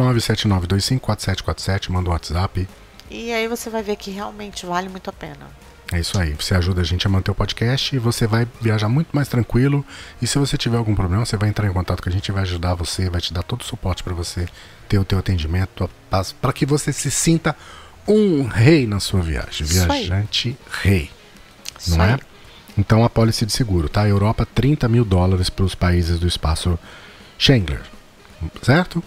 Speaker 1: 979254747, manda o WhatsApp.
Speaker 2: E aí você vai ver que realmente vale muito a pena.
Speaker 1: É isso aí. Você ajuda a gente a manter o podcast e você vai viajar muito mais tranquilo. E se você tiver algum problema, você vai entrar em contato com a gente, vai ajudar você, vai te dar todo o suporte para você ter o teu atendimento, para que você se sinta um rei na sua viagem,
Speaker 2: Isso aí.
Speaker 1: viajante rei,
Speaker 2: Isso
Speaker 1: não é?
Speaker 2: aí.
Speaker 1: Então a pólice de seguro, tá? Europa 30 mil dólares para os países do espaço Schengler, certo?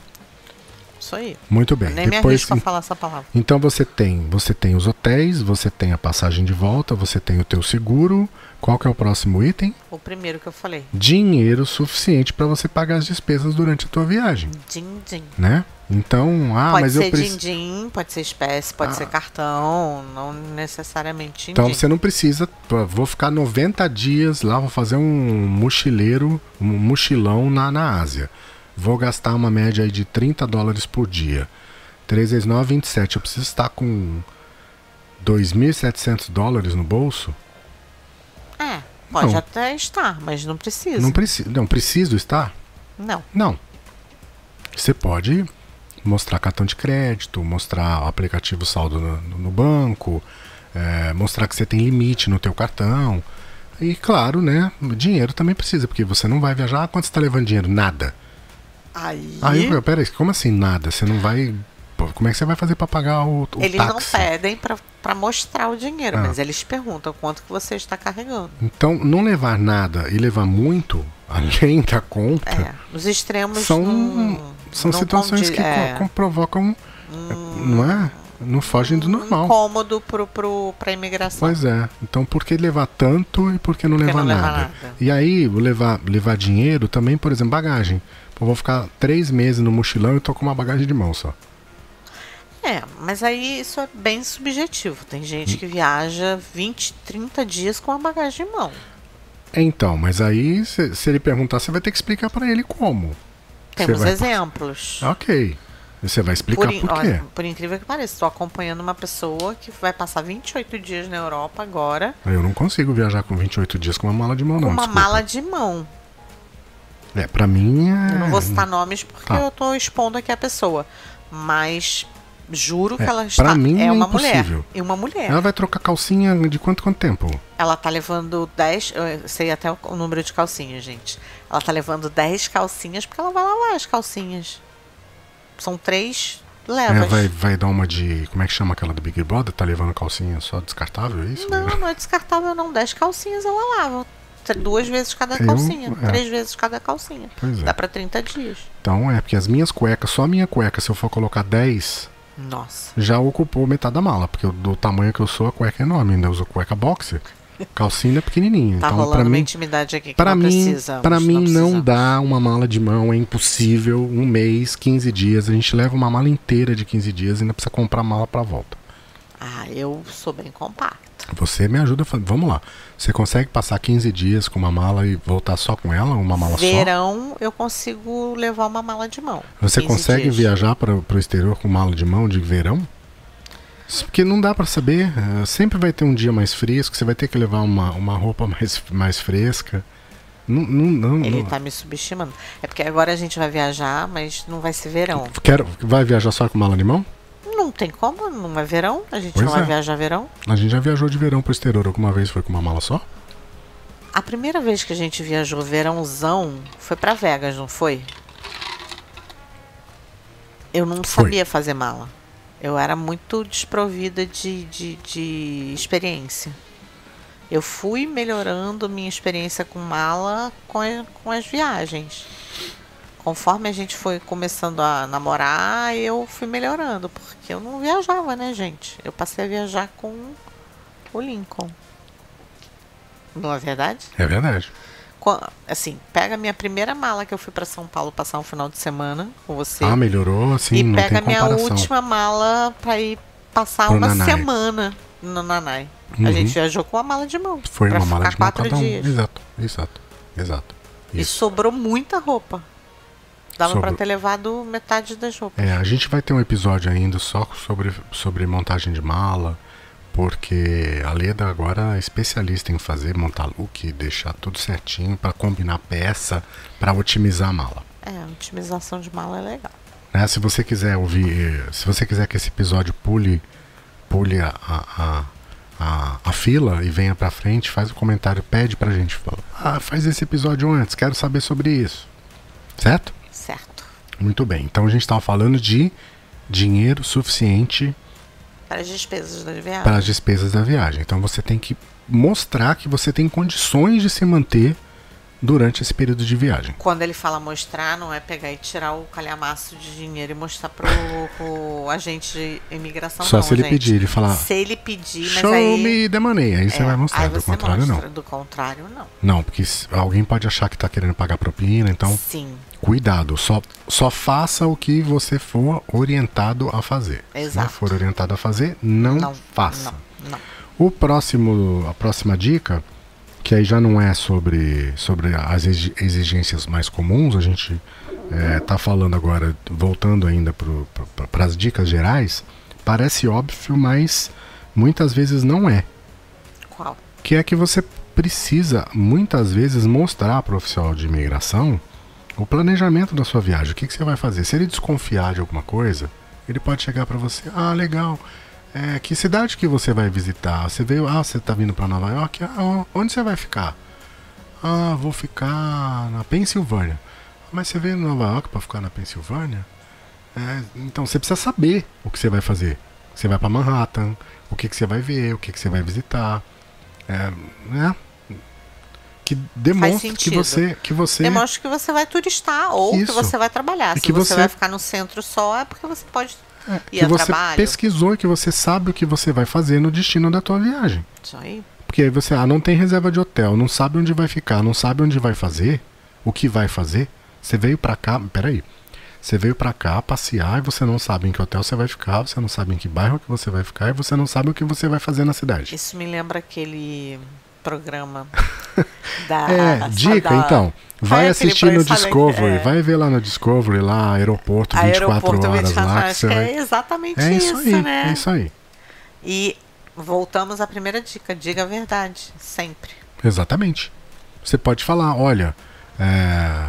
Speaker 2: Isso aí.
Speaker 1: Muito bem.
Speaker 2: Nem me
Speaker 1: É, Depois
Speaker 2: arrisco a falar essa palavra.
Speaker 1: então você tem, você tem os hotéis, você tem a passagem de volta, você tem o teu seguro. Qual que é o próximo item?
Speaker 2: O primeiro que eu falei.
Speaker 1: Dinheiro suficiente para você pagar as despesas durante a tua viagem,
Speaker 2: Din, din.
Speaker 1: né? Então, ah,
Speaker 2: pode
Speaker 1: mas eu
Speaker 2: ser
Speaker 1: preciso.
Speaker 2: din-din, pode ser espécie, pode ser cartão, não necessariamente din,
Speaker 1: Então você não precisa, pô, vou ficar 90 dias lá, vou fazer um mochileiro, um mochilão na, na Ásia. Vou gastar uma média aí de 30 dólares por dia. 3 vezes 9, 27. Eu preciso estar com 2.700 dólares no bolso?
Speaker 2: É, pode
Speaker 1: Não.
Speaker 2: até estar, mas não precisa.
Speaker 1: Não
Speaker 2: Não.
Speaker 1: preciso, não preciso estar? Não. Você pode mostrar cartão de crédito, mostrar o aplicativo saldo no, no banco, eh, mostrar que você tem limite no teu cartão. E claro, né? Dinheiro também precisa, porque você não vai viajar. Ah, quanto você está levando dinheiro? Nada.
Speaker 2: Aí,
Speaker 1: Aí, eu, peraí, como assim nada? Você não vai. pô, Como é que você vai fazer para pagar o, o
Speaker 2: eles não
Speaker 1: táxi?
Speaker 2: pedem pra pra mostrar o dinheiro,
Speaker 1: Ah.
Speaker 2: mas eles perguntam quanto que você está carregando.
Speaker 1: Então, não levar nada e levar muito, além da conta,
Speaker 2: É, os extremos
Speaker 1: Então. são,
Speaker 2: não,
Speaker 1: são
Speaker 2: não
Speaker 1: situações
Speaker 2: condi-
Speaker 1: que
Speaker 2: é, Hum.
Speaker 1: co- co- provocam, não é? Não fogem do normal.
Speaker 2: incômodo pro, pro, pra imigração.
Speaker 1: Pois é. Então por que levar tanto e por que não, levar,
Speaker 2: não levar
Speaker 1: nada?
Speaker 2: nada?
Speaker 1: E aí, levar, levar dinheiro também, por exemplo, bagagem. Pô, vou ficar três meses no mochilão e tô com uma bagagem de mão só.
Speaker 2: É, mas aí isso é bem
Speaker 1: Hum.
Speaker 2: subjetivo. Tem gente que viaja 20, 30 dias com a bagagem em mão.
Speaker 1: É, Então, mas aí se, se ele perguntar, você vai ter que explicar pra ele como.
Speaker 2: Temos
Speaker 1: Você vai-
Speaker 2: exemplos.
Speaker 1: Ok. Você vai explicar
Speaker 2: in-
Speaker 1: por, quê.
Speaker 2: olha, por incrível que pareça, estou acompanhando uma pessoa que vai passar 28 dias na Europa agora
Speaker 1: Eu não consigo viajar com 28 dias com uma mala de mão, não.
Speaker 2: com uma
Speaker 1: desculpa.
Speaker 2: mala de mão.
Speaker 1: É, pra mim é.
Speaker 2: Eu não vou citar nomes porque
Speaker 1: Tá.
Speaker 2: eu estou expondo aqui a pessoa. Mas juro que
Speaker 1: É,
Speaker 2: ela
Speaker 1: pra
Speaker 2: está.
Speaker 1: mim é
Speaker 2: é uma
Speaker 1: impossível.
Speaker 2: mulher. E uma mulher.
Speaker 1: Ela vai trocar calcinha de quanto quanto tempo?
Speaker 2: Ela tá levando 10. Eu sei até o o número de calcinhas, gente. Ela tá levando 10 calcinhas porque ela vai lavar as calcinhas. São três levas.
Speaker 1: É, vai, vai dar uma de. Como é que chama aquela do Big Brother? Tá levando calcinha só descartável, é isso?
Speaker 2: Não, não é descartável, não. 10 calcinhas ela lava. Tr- Duas vezes cada
Speaker 1: Eu-
Speaker 2: calcinha.
Speaker 1: é.
Speaker 2: Três vezes cada calcinha.
Speaker 1: Pois é.
Speaker 2: Dá pra 30 dias.
Speaker 1: Então é, porque as minhas cuecas, só a minha cueca, se eu for colocar 10,
Speaker 2: Nossa.
Speaker 1: já ocupou metade da mala. Porque eu- do tamanho que eu sou, a cueca é enorme. Ainda uso cueca boxer. Calcinha é pequenininha.
Speaker 2: Tá
Speaker 1: então,
Speaker 2: rolando
Speaker 1: pra
Speaker 2: uma
Speaker 1: mim,
Speaker 2: intimidade aqui que
Speaker 1: Pra
Speaker 2: não
Speaker 1: mim,
Speaker 2: precisamos,
Speaker 1: pra mim não,
Speaker 2: precisamos.
Speaker 1: dá uma mala de mão, é impossível. Um mês, 15 dias, a gente leva uma mala inteira de 15 dias e ainda precisa comprar mala pra volta.
Speaker 2: Ah, eu sou bem compacta.
Speaker 1: Você me ajuda, a fa- vamos lá. Você consegue passar 15 dias com uma mala e voltar só com ela, uma mala
Speaker 2: Verão, eu consigo levar uma mala de mão.
Speaker 1: só? Você
Speaker 2: 15
Speaker 1: consegue
Speaker 2: dias.
Speaker 1: viajar para o exterior com mala de mão de verão? Isso Porque não dá pra saber, eh, sempre vai ter um dia mais fresco, você vai ter que levar uma, uma roupa mais, mais fresca. Não, não, não,
Speaker 2: Ele
Speaker 1: não-
Speaker 2: tá me subestimando. É porque agora a gente vai viajar, mas não vai ser verão.
Speaker 1: Quero, vai viajar só com mala de mão?
Speaker 2: Não tem como, não é verão. A gente
Speaker 1: Pois
Speaker 2: não vai
Speaker 1: é.
Speaker 2: viajar verão.
Speaker 1: A gente já viajou de verão pro exterior alguma vez, foi com uma mala só?
Speaker 2: A primeira vez que a gente viajou verãozão foi pra Vegas, não foi? Eu não
Speaker 1: Foi.
Speaker 2: sabia fazer mala. Eu era muito desprovida de, de, de experiência. Eu fui melhorando minha experiência com mala com, a- com as viagens. Conforme a gente foi começando a namorar, eu fui melhorando, porque eu não viajava, né, gente? Eu passei a viajar com o Lincoln. Não é verdade?
Speaker 1: É verdade.
Speaker 2: Qua- assim, pega a minha primeira mala que eu fui pra São Paulo passar um final de semana com você.
Speaker 1: Ah, melhorou, assim,
Speaker 2: e
Speaker 1: não
Speaker 2: pega a
Speaker 1: tem
Speaker 2: minha
Speaker 1: comparação.
Speaker 2: última mala pra ir passar
Speaker 1: Pro
Speaker 2: uma
Speaker 1: Nanai.
Speaker 2: semana no Nanai. A
Speaker 1: Uhum.
Speaker 2: gente viajou com uma mala de mão.
Speaker 1: Foi
Speaker 2: pra
Speaker 1: uma mala
Speaker 2: ficar
Speaker 1: de mão
Speaker 2: quatro
Speaker 1: cada um.
Speaker 2: dias.
Speaker 1: Exato, exato, exato.
Speaker 2: E
Speaker 1: Isso.
Speaker 2: sobrou muita roupa. Dava
Speaker 1: Sobrou.
Speaker 2: pra ter levado metade das roupas.
Speaker 1: É, a gente vai ter um episódio ainda só sobre, sobre montagem de mala, porque a Leda agora é especialista em fazer, montar look, deixar tudo certinho pra combinar peça, pra otimizar a mala.
Speaker 2: É, a otimização de mala é legal.
Speaker 1: né? Se você quiser ouvir, se você quiser que esse episódio pule, pule a, a, a, a fila e venha pra frente, faz um comentário, pede pra gente, fala, ah, faz esse episódio antes, quero saber sobre isso, certo?
Speaker 2: Certo.
Speaker 1: Muito bem. Então a gente estava falando de dinheiro suficiente
Speaker 2: Para as despesas da viagem.
Speaker 1: para as despesas da viagem. Então você tem que mostrar que você tem condições de se manter durante esse período de viagem.
Speaker 2: Quando ele fala mostrar, não é pegar e tirar o calhamaço de dinheiro e mostrar pro, pro agente de imigração.
Speaker 1: Só
Speaker 2: não,
Speaker 1: se ele
Speaker 2: gente.
Speaker 1: pedir, ele falar,
Speaker 2: Se ele pedir, mas
Speaker 1: show
Speaker 2: aí.
Speaker 1: me the money, aí você
Speaker 2: é,
Speaker 1: vai mostrar,
Speaker 2: aí
Speaker 1: do
Speaker 2: você
Speaker 1: contrário não.
Speaker 2: mostra, Do contrário, não.
Speaker 1: Não, porque s- alguém pode achar que tá querendo pagar propina, então
Speaker 2: Sim,
Speaker 1: cuidado, só, só faça o que você for orientado a fazer. Se não
Speaker 2: Exato.
Speaker 1: for orientado a fazer, não,
Speaker 2: não.
Speaker 1: faça.
Speaker 2: Não, não.
Speaker 1: O próximo, a próxima dica, que aí já não é sobre, sobre as exi- exigências mais comuns, a gente está falando agora, voltando ainda para as dicas gerais, parece óbvio, mas muitas vezes não é
Speaker 2: Qual?
Speaker 1: que é que você precisa muitas vezes mostrar para o oficial de imigração o planejamento da sua viagem. O que, que você vai fazer? Se ele desconfiar de alguma coisa, ele pode chegar para você: Ah, legal. É, que cidade que você vai visitar? Você veio? Ah, você está vindo para Nova York? Ah, on- onde você vai ficar? Ah, vou ficar na Pensilvânia. Mas você veio em Nova York para ficar na Pensilvânia? É, então você precisa saber o que você vai fazer. Você vai para Manhattan, o que, que você vai ver, o que, que você vai visitar, é, né? Que demonstra que
Speaker 2: sentido.
Speaker 1: você, que você
Speaker 2: Demonstra que você vai turistar ou
Speaker 1: Isso.
Speaker 2: que você vai trabalhar.
Speaker 1: E
Speaker 2: Se
Speaker 1: que
Speaker 2: você,
Speaker 1: você-
Speaker 2: vai ficar no centro só, é porque você pode ir
Speaker 1: é, que
Speaker 2: a
Speaker 1: você
Speaker 2: é trabalho.
Speaker 1: pesquisou e que você sabe o que você vai fazer no destino da tua viagem.
Speaker 2: Isso aí.
Speaker 1: Porque aí você ah, não tem reserva de hotel, não sabe onde vai ficar, não sabe onde vai fazer, o que vai fazer. Você veio pra cá, peraí. Você veio pra cá passear e você não sabe em que hotel você vai ficar, você não sabe em que bairro que você vai ficar e você não sabe o que você vai fazer na cidade.
Speaker 2: Isso me lembra aquele programa. da-
Speaker 1: É,
Speaker 2: só
Speaker 1: dica,
Speaker 2: da-
Speaker 1: então. Vai
Speaker 2: aquele
Speaker 1: assistir no
Speaker 2: programa que fala-
Speaker 1: Discovery,
Speaker 2: é.
Speaker 1: vai ver lá no Discovery, lá, aeroporto 24
Speaker 2: Aeroporto
Speaker 1: horas
Speaker 2: 24
Speaker 1: lá. que
Speaker 2: horas,
Speaker 1: você
Speaker 2: que
Speaker 1: vai...
Speaker 2: é exatamente
Speaker 1: É
Speaker 2: isso,
Speaker 1: isso aí,
Speaker 2: né?
Speaker 1: é isso aí.
Speaker 2: E voltamos à primeira dica, diga a verdade, sempre.
Speaker 1: Exatamente. Você pode falar, olha, é,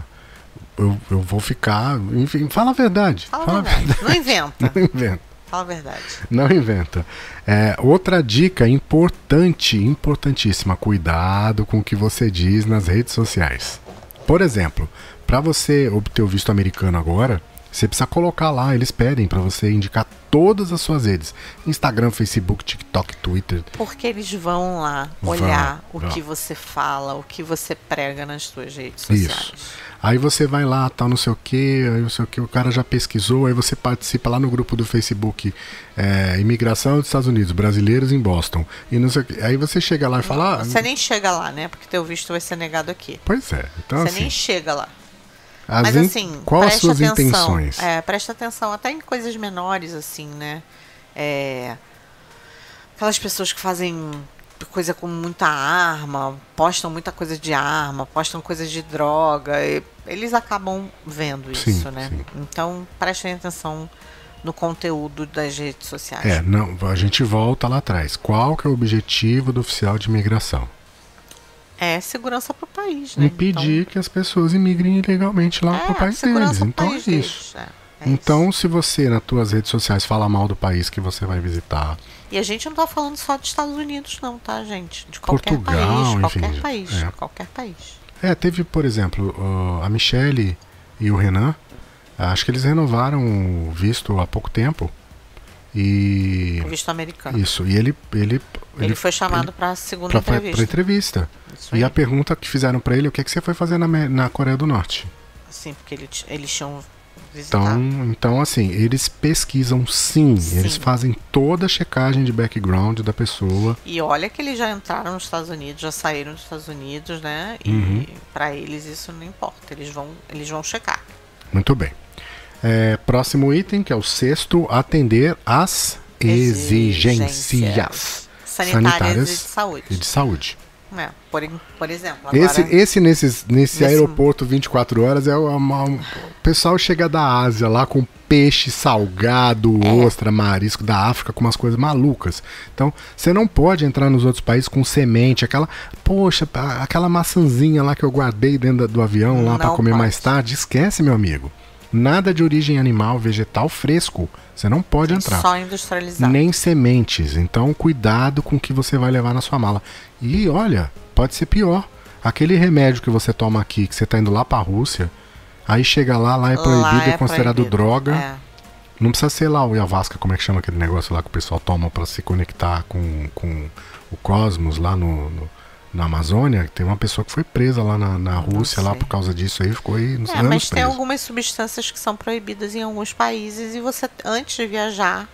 Speaker 1: eu, eu vou ficar. Enfim, fala a verdade.
Speaker 2: Fala, a verdade. Não inventa.
Speaker 1: Não inventa.
Speaker 2: Fala a verdade.
Speaker 1: Não inventa. É, outra dica importante, importantíssima: cuidado com o que você diz nas redes sociais. Por exemplo, para você obter o visto americano agora, você precisa colocar lá, eles pedem para você indicar todas as suas redes: Instagram, Facebook, TikTok, Twitter.
Speaker 2: Porque eles vão lá
Speaker 1: Vão,
Speaker 2: olhar o
Speaker 1: vão.
Speaker 2: que você fala, o que você prega nas suas redes sociais.
Speaker 1: Aí você vai lá, tal, não sei o que, aí não sei o que, o cara já pesquisou, aí você participa lá no grupo do Facebook é, Imigração dos Estados Unidos, Brasileiros em Boston. E não sei o que. Aí você chega lá e fala.
Speaker 2: Você
Speaker 1: ah,
Speaker 2: nem chega lá, né? Porque teu visto vai ser negado aqui.
Speaker 1: Pois é. Então,
Speaker 2: Você
Speaker 1: assim,
Speaker 2: nem chega lá.
Speaker 1: as
Speaker 2: Mas
Speaker 1: in-
Speaker 2: assim,
Speaker 1: qual as
Speaker 2: preste
Speaker 1: suas
Speaker 2: atenção.
Speaker 1: intenções?
Speaker 2: É, presta atenção até em coisas menores, assim, né? É, aquelas pessoas que fazem coisa com muita arma, postam muita coisa de arma, postam coisas de droga. e eles acabam vendo
Speaker 1: Sim,
Speaker 2: isso, né?
Speaker 1: sim.
Speaker 2: Então, prestem atenção no conteúdo das redes sociais.
Speaker 1: É, não, a gente volta lá atrás. Qual que é o objetivo do oficial de imigração?
Speaker 2: É segurança pro país, né?
Speaker 1: Impedir que as pessoas imigrem ilegalmente lá
Speaker 2: Então,
Speaker 1: pro
Speaker 2: é,
Speaker 1: país
Speaker 2: segurança
Speaker 1: deles.
Speaker 2: pro
Speaker 1: Então
Speaker 2: país
Speaker 1: é
Speaker 2: deles,
Speaker 1: isso.
Speaker 2: é, é isso.
Speaker 1: Então, se você nas tuas redes sociais fala mal do país que você vai visitar,
Speaker 2: E a gente não tá falando só dos Estados Unidos, não, tá, gente? De qualquer
Speaker 1: Portugal,
Speaker 2: país, qualquer
Speaker 1: enfim,
Speaker 2: país,
Speaker 1: é.
Speaker 2: qualquer país.
Speaker 1: É, teve, por exemplo, o- a Michelle e o Renan. Acho que eles renovaram o visto há pouco tempo. E.
Speaker 2: O visto americano.
Speaker 1: Isso, e ele. Ele,
Speaker 2: Ele, foi chamado para a segunda
Speaker 1: para
Speaker 2: entrevista.
Speaker 1: entrevista. entrevista.
Speaker 2: Isso aí.
Speaker 1: E a pergunta que fizeram para ele: o que, é que você foi fazer na, Amé- na Coreia do Norte?
Speaker 2: Sim, assim, porque ele t- eles tinham
Speaker 1: Então,
Speaker 2: visitado.
Speaker 1: então assim, eles pesquisam sim,
Speaker 2: Tá. Sim.
Speaker 1: Eles fazem toda a checagem de background da pessoa.
Speaker 2: E olha que eles já entraram nos Estados Unidos, já saíram dos Estados Unidos, né? E
Speaker 1: Uhum.
Speaker 2: para eles isso não importa, eles vão, eles vão checar.
Speaker 1: Muito bem. É, próximo item, que é o sexto: atender às exigências.
Speaker 2: Sanitárias,
Speaker 1: Sanitárias
Speaker 2: e de saúde.
Speaker 1: e de saúde.
Speaker 2: É, por, en- por exemplo, agora... é.
Speaker 1: Esse, esse nesses, nesse
Speaker 2: Nesse-
Speaker 1: aeroporto 24 horas é uma, um- o pessoal chega da Ásia lá com peixe salgado,
Speaker 2: É.
Speaker 1: ostra, marisco da África com umas coisas malucas. Então, você não pode entrar nos outros países com semente, aquela, poxa, a- aquela maçãzinha lá que eu guardei dentro da- do avião lá para
Speaker 2: Não
Speaker 1: comer
Speaker 2: pode.
Speaker 1: mais tarde, esquece, meu amigo. Nada de origem animal, vegetal fresco. Você não pode entrar
Speaker 2: Só industrializado.
Speaker 1: nem sementes. Então, cuidado com o que você vai levar na sua mala. E olha, pode ser pior. Aquele remédio que você toma aqui, que você tá indo lá pra Rússia, aí chega lá, lá é proibido,
Speaker 2: Lá
Speaker 1: é, considerado
Speaker 2: proibido.
Speaker 1: droga.
Speaker 2: É.
Speaker 1: Não precisa ser lá o Yavasca, como é que chama aquele negócio lá que o pessoal toma pra se conectar com, com o cosmos lá no, no- na Amazônia. Tem uma pessoa que foi presa lá na, na Rússia, lá
Speaker 2: sei.
Speaker 1: por causa disso aí, ficou aí nos
Speaker 2: É,
Speaker 1: anos
Speaker 2: mas tem
Speaker 1: preso.
Speaker 2: algumas substâncias que são proibidas em alguns países e você, antes de viajar,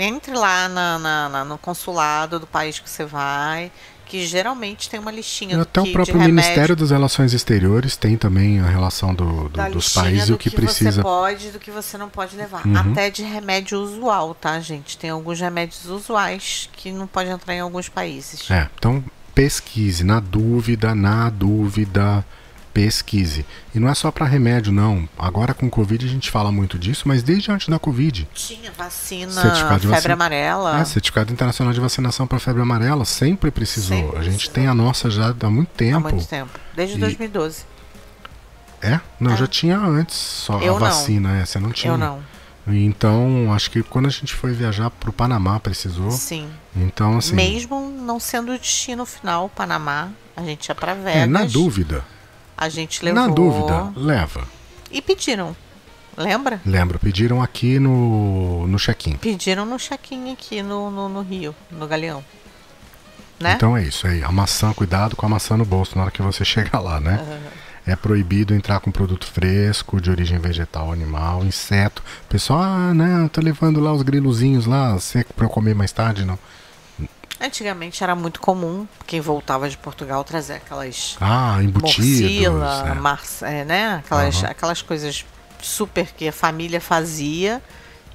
Speaker 2: entre lá na- na- na- no consulado do país que você vai, que geralmente tem uma listinha do
Speaker 1: Até
Speaker 2: que-
Speaker 1: o
Speaker 2: de
Speaker 1: próprio
Speaker 2: remédio,
Speaker 1: Ministério das Relações Exteriores tem também a relação do, do-
Speaker 2: da
Speaker 1: dos
Speaker 2: listinha
Speaker 1: países e
Speaker 2: do
Speaker 1: o que, precisa. Uhum.
Speaker 2: você pode e do que você não pode levar. Até de remédio usual, tá, gente? Tem alguns remédios usuais que não pode entrar em alguns países.
Speaker 1: É, então pesquise, na dúvida, na dúvida, pesquise. E não é só para remédio, não. Agora com Covid a gente fala muito disso, mas desde antes da Covid.
Speaker 2: Tinha vacina,
Speaker 1: Certificado de
Speaker 2: febre
Speaker 1: vacina.
Speaker 2: amarela.
Speaker 1: É, certificado internacional de vacinação para febre amarela sempre precisou.
Speaker 2: Sempre
Speaker 1: a gente
Speaker 2: precisou.
Speaker 1: tem a nossa já há muito tempo.
Speaker 2: Há muito tempo. Desde
Speaker 1: E-
Speaker 2: 2012.
Speaker 1: É? Não,
Speaker 2: É.
Speaker 1: já tinha antes só
Speaker 2: Eu
Speaker 1: a
Speaker 2: não.
Speaker 1: vacina, é, você não tinha.
Speaker 2: Eu não.
Speaker 1: Então, acho que quando a gente foi viajar pro Panamá precisou.
Speaker 2: Sim.
Speaker 1: Então, assim,
Speaker 2: Mesmo não sendo o destino final, Panamá, a gente ia pra Vegas.
Speaker 1: é, na dúvida,
Speaker 2: A gente levou.
Speaker 1: na dúvida, leva.
Speaker 2: E pediram. Lembra?
Speaker 1: Lembra, pediram aqui no, no check-in.
Speaker 2: Pediram no check-in aqui no, no, no Rio, no Galeão. Né?
Speaker 1: Então é isso aí. A maçã, cuidado com a maçã no bolso na hora que você chegar lá, né? É proibido entrar com produto fresco, de origem vegetal, animal, inseto. Pessoal, ah, né, eu tô levando lá os grilozinhos lá, seco pra eu comer mais tarde, não.
Speaker 2: Antigamente era muito comum quem voltava de Portugal trazer aquelas
Speaker 1: Ah, embutidos.
Speaker 2: morcila,
Speaker 1: é.
Speaker 2: mar- é, né? Aquelas,
Speaker 1: Aham.
Speaker 2: aquelas coisas super que a família fazia.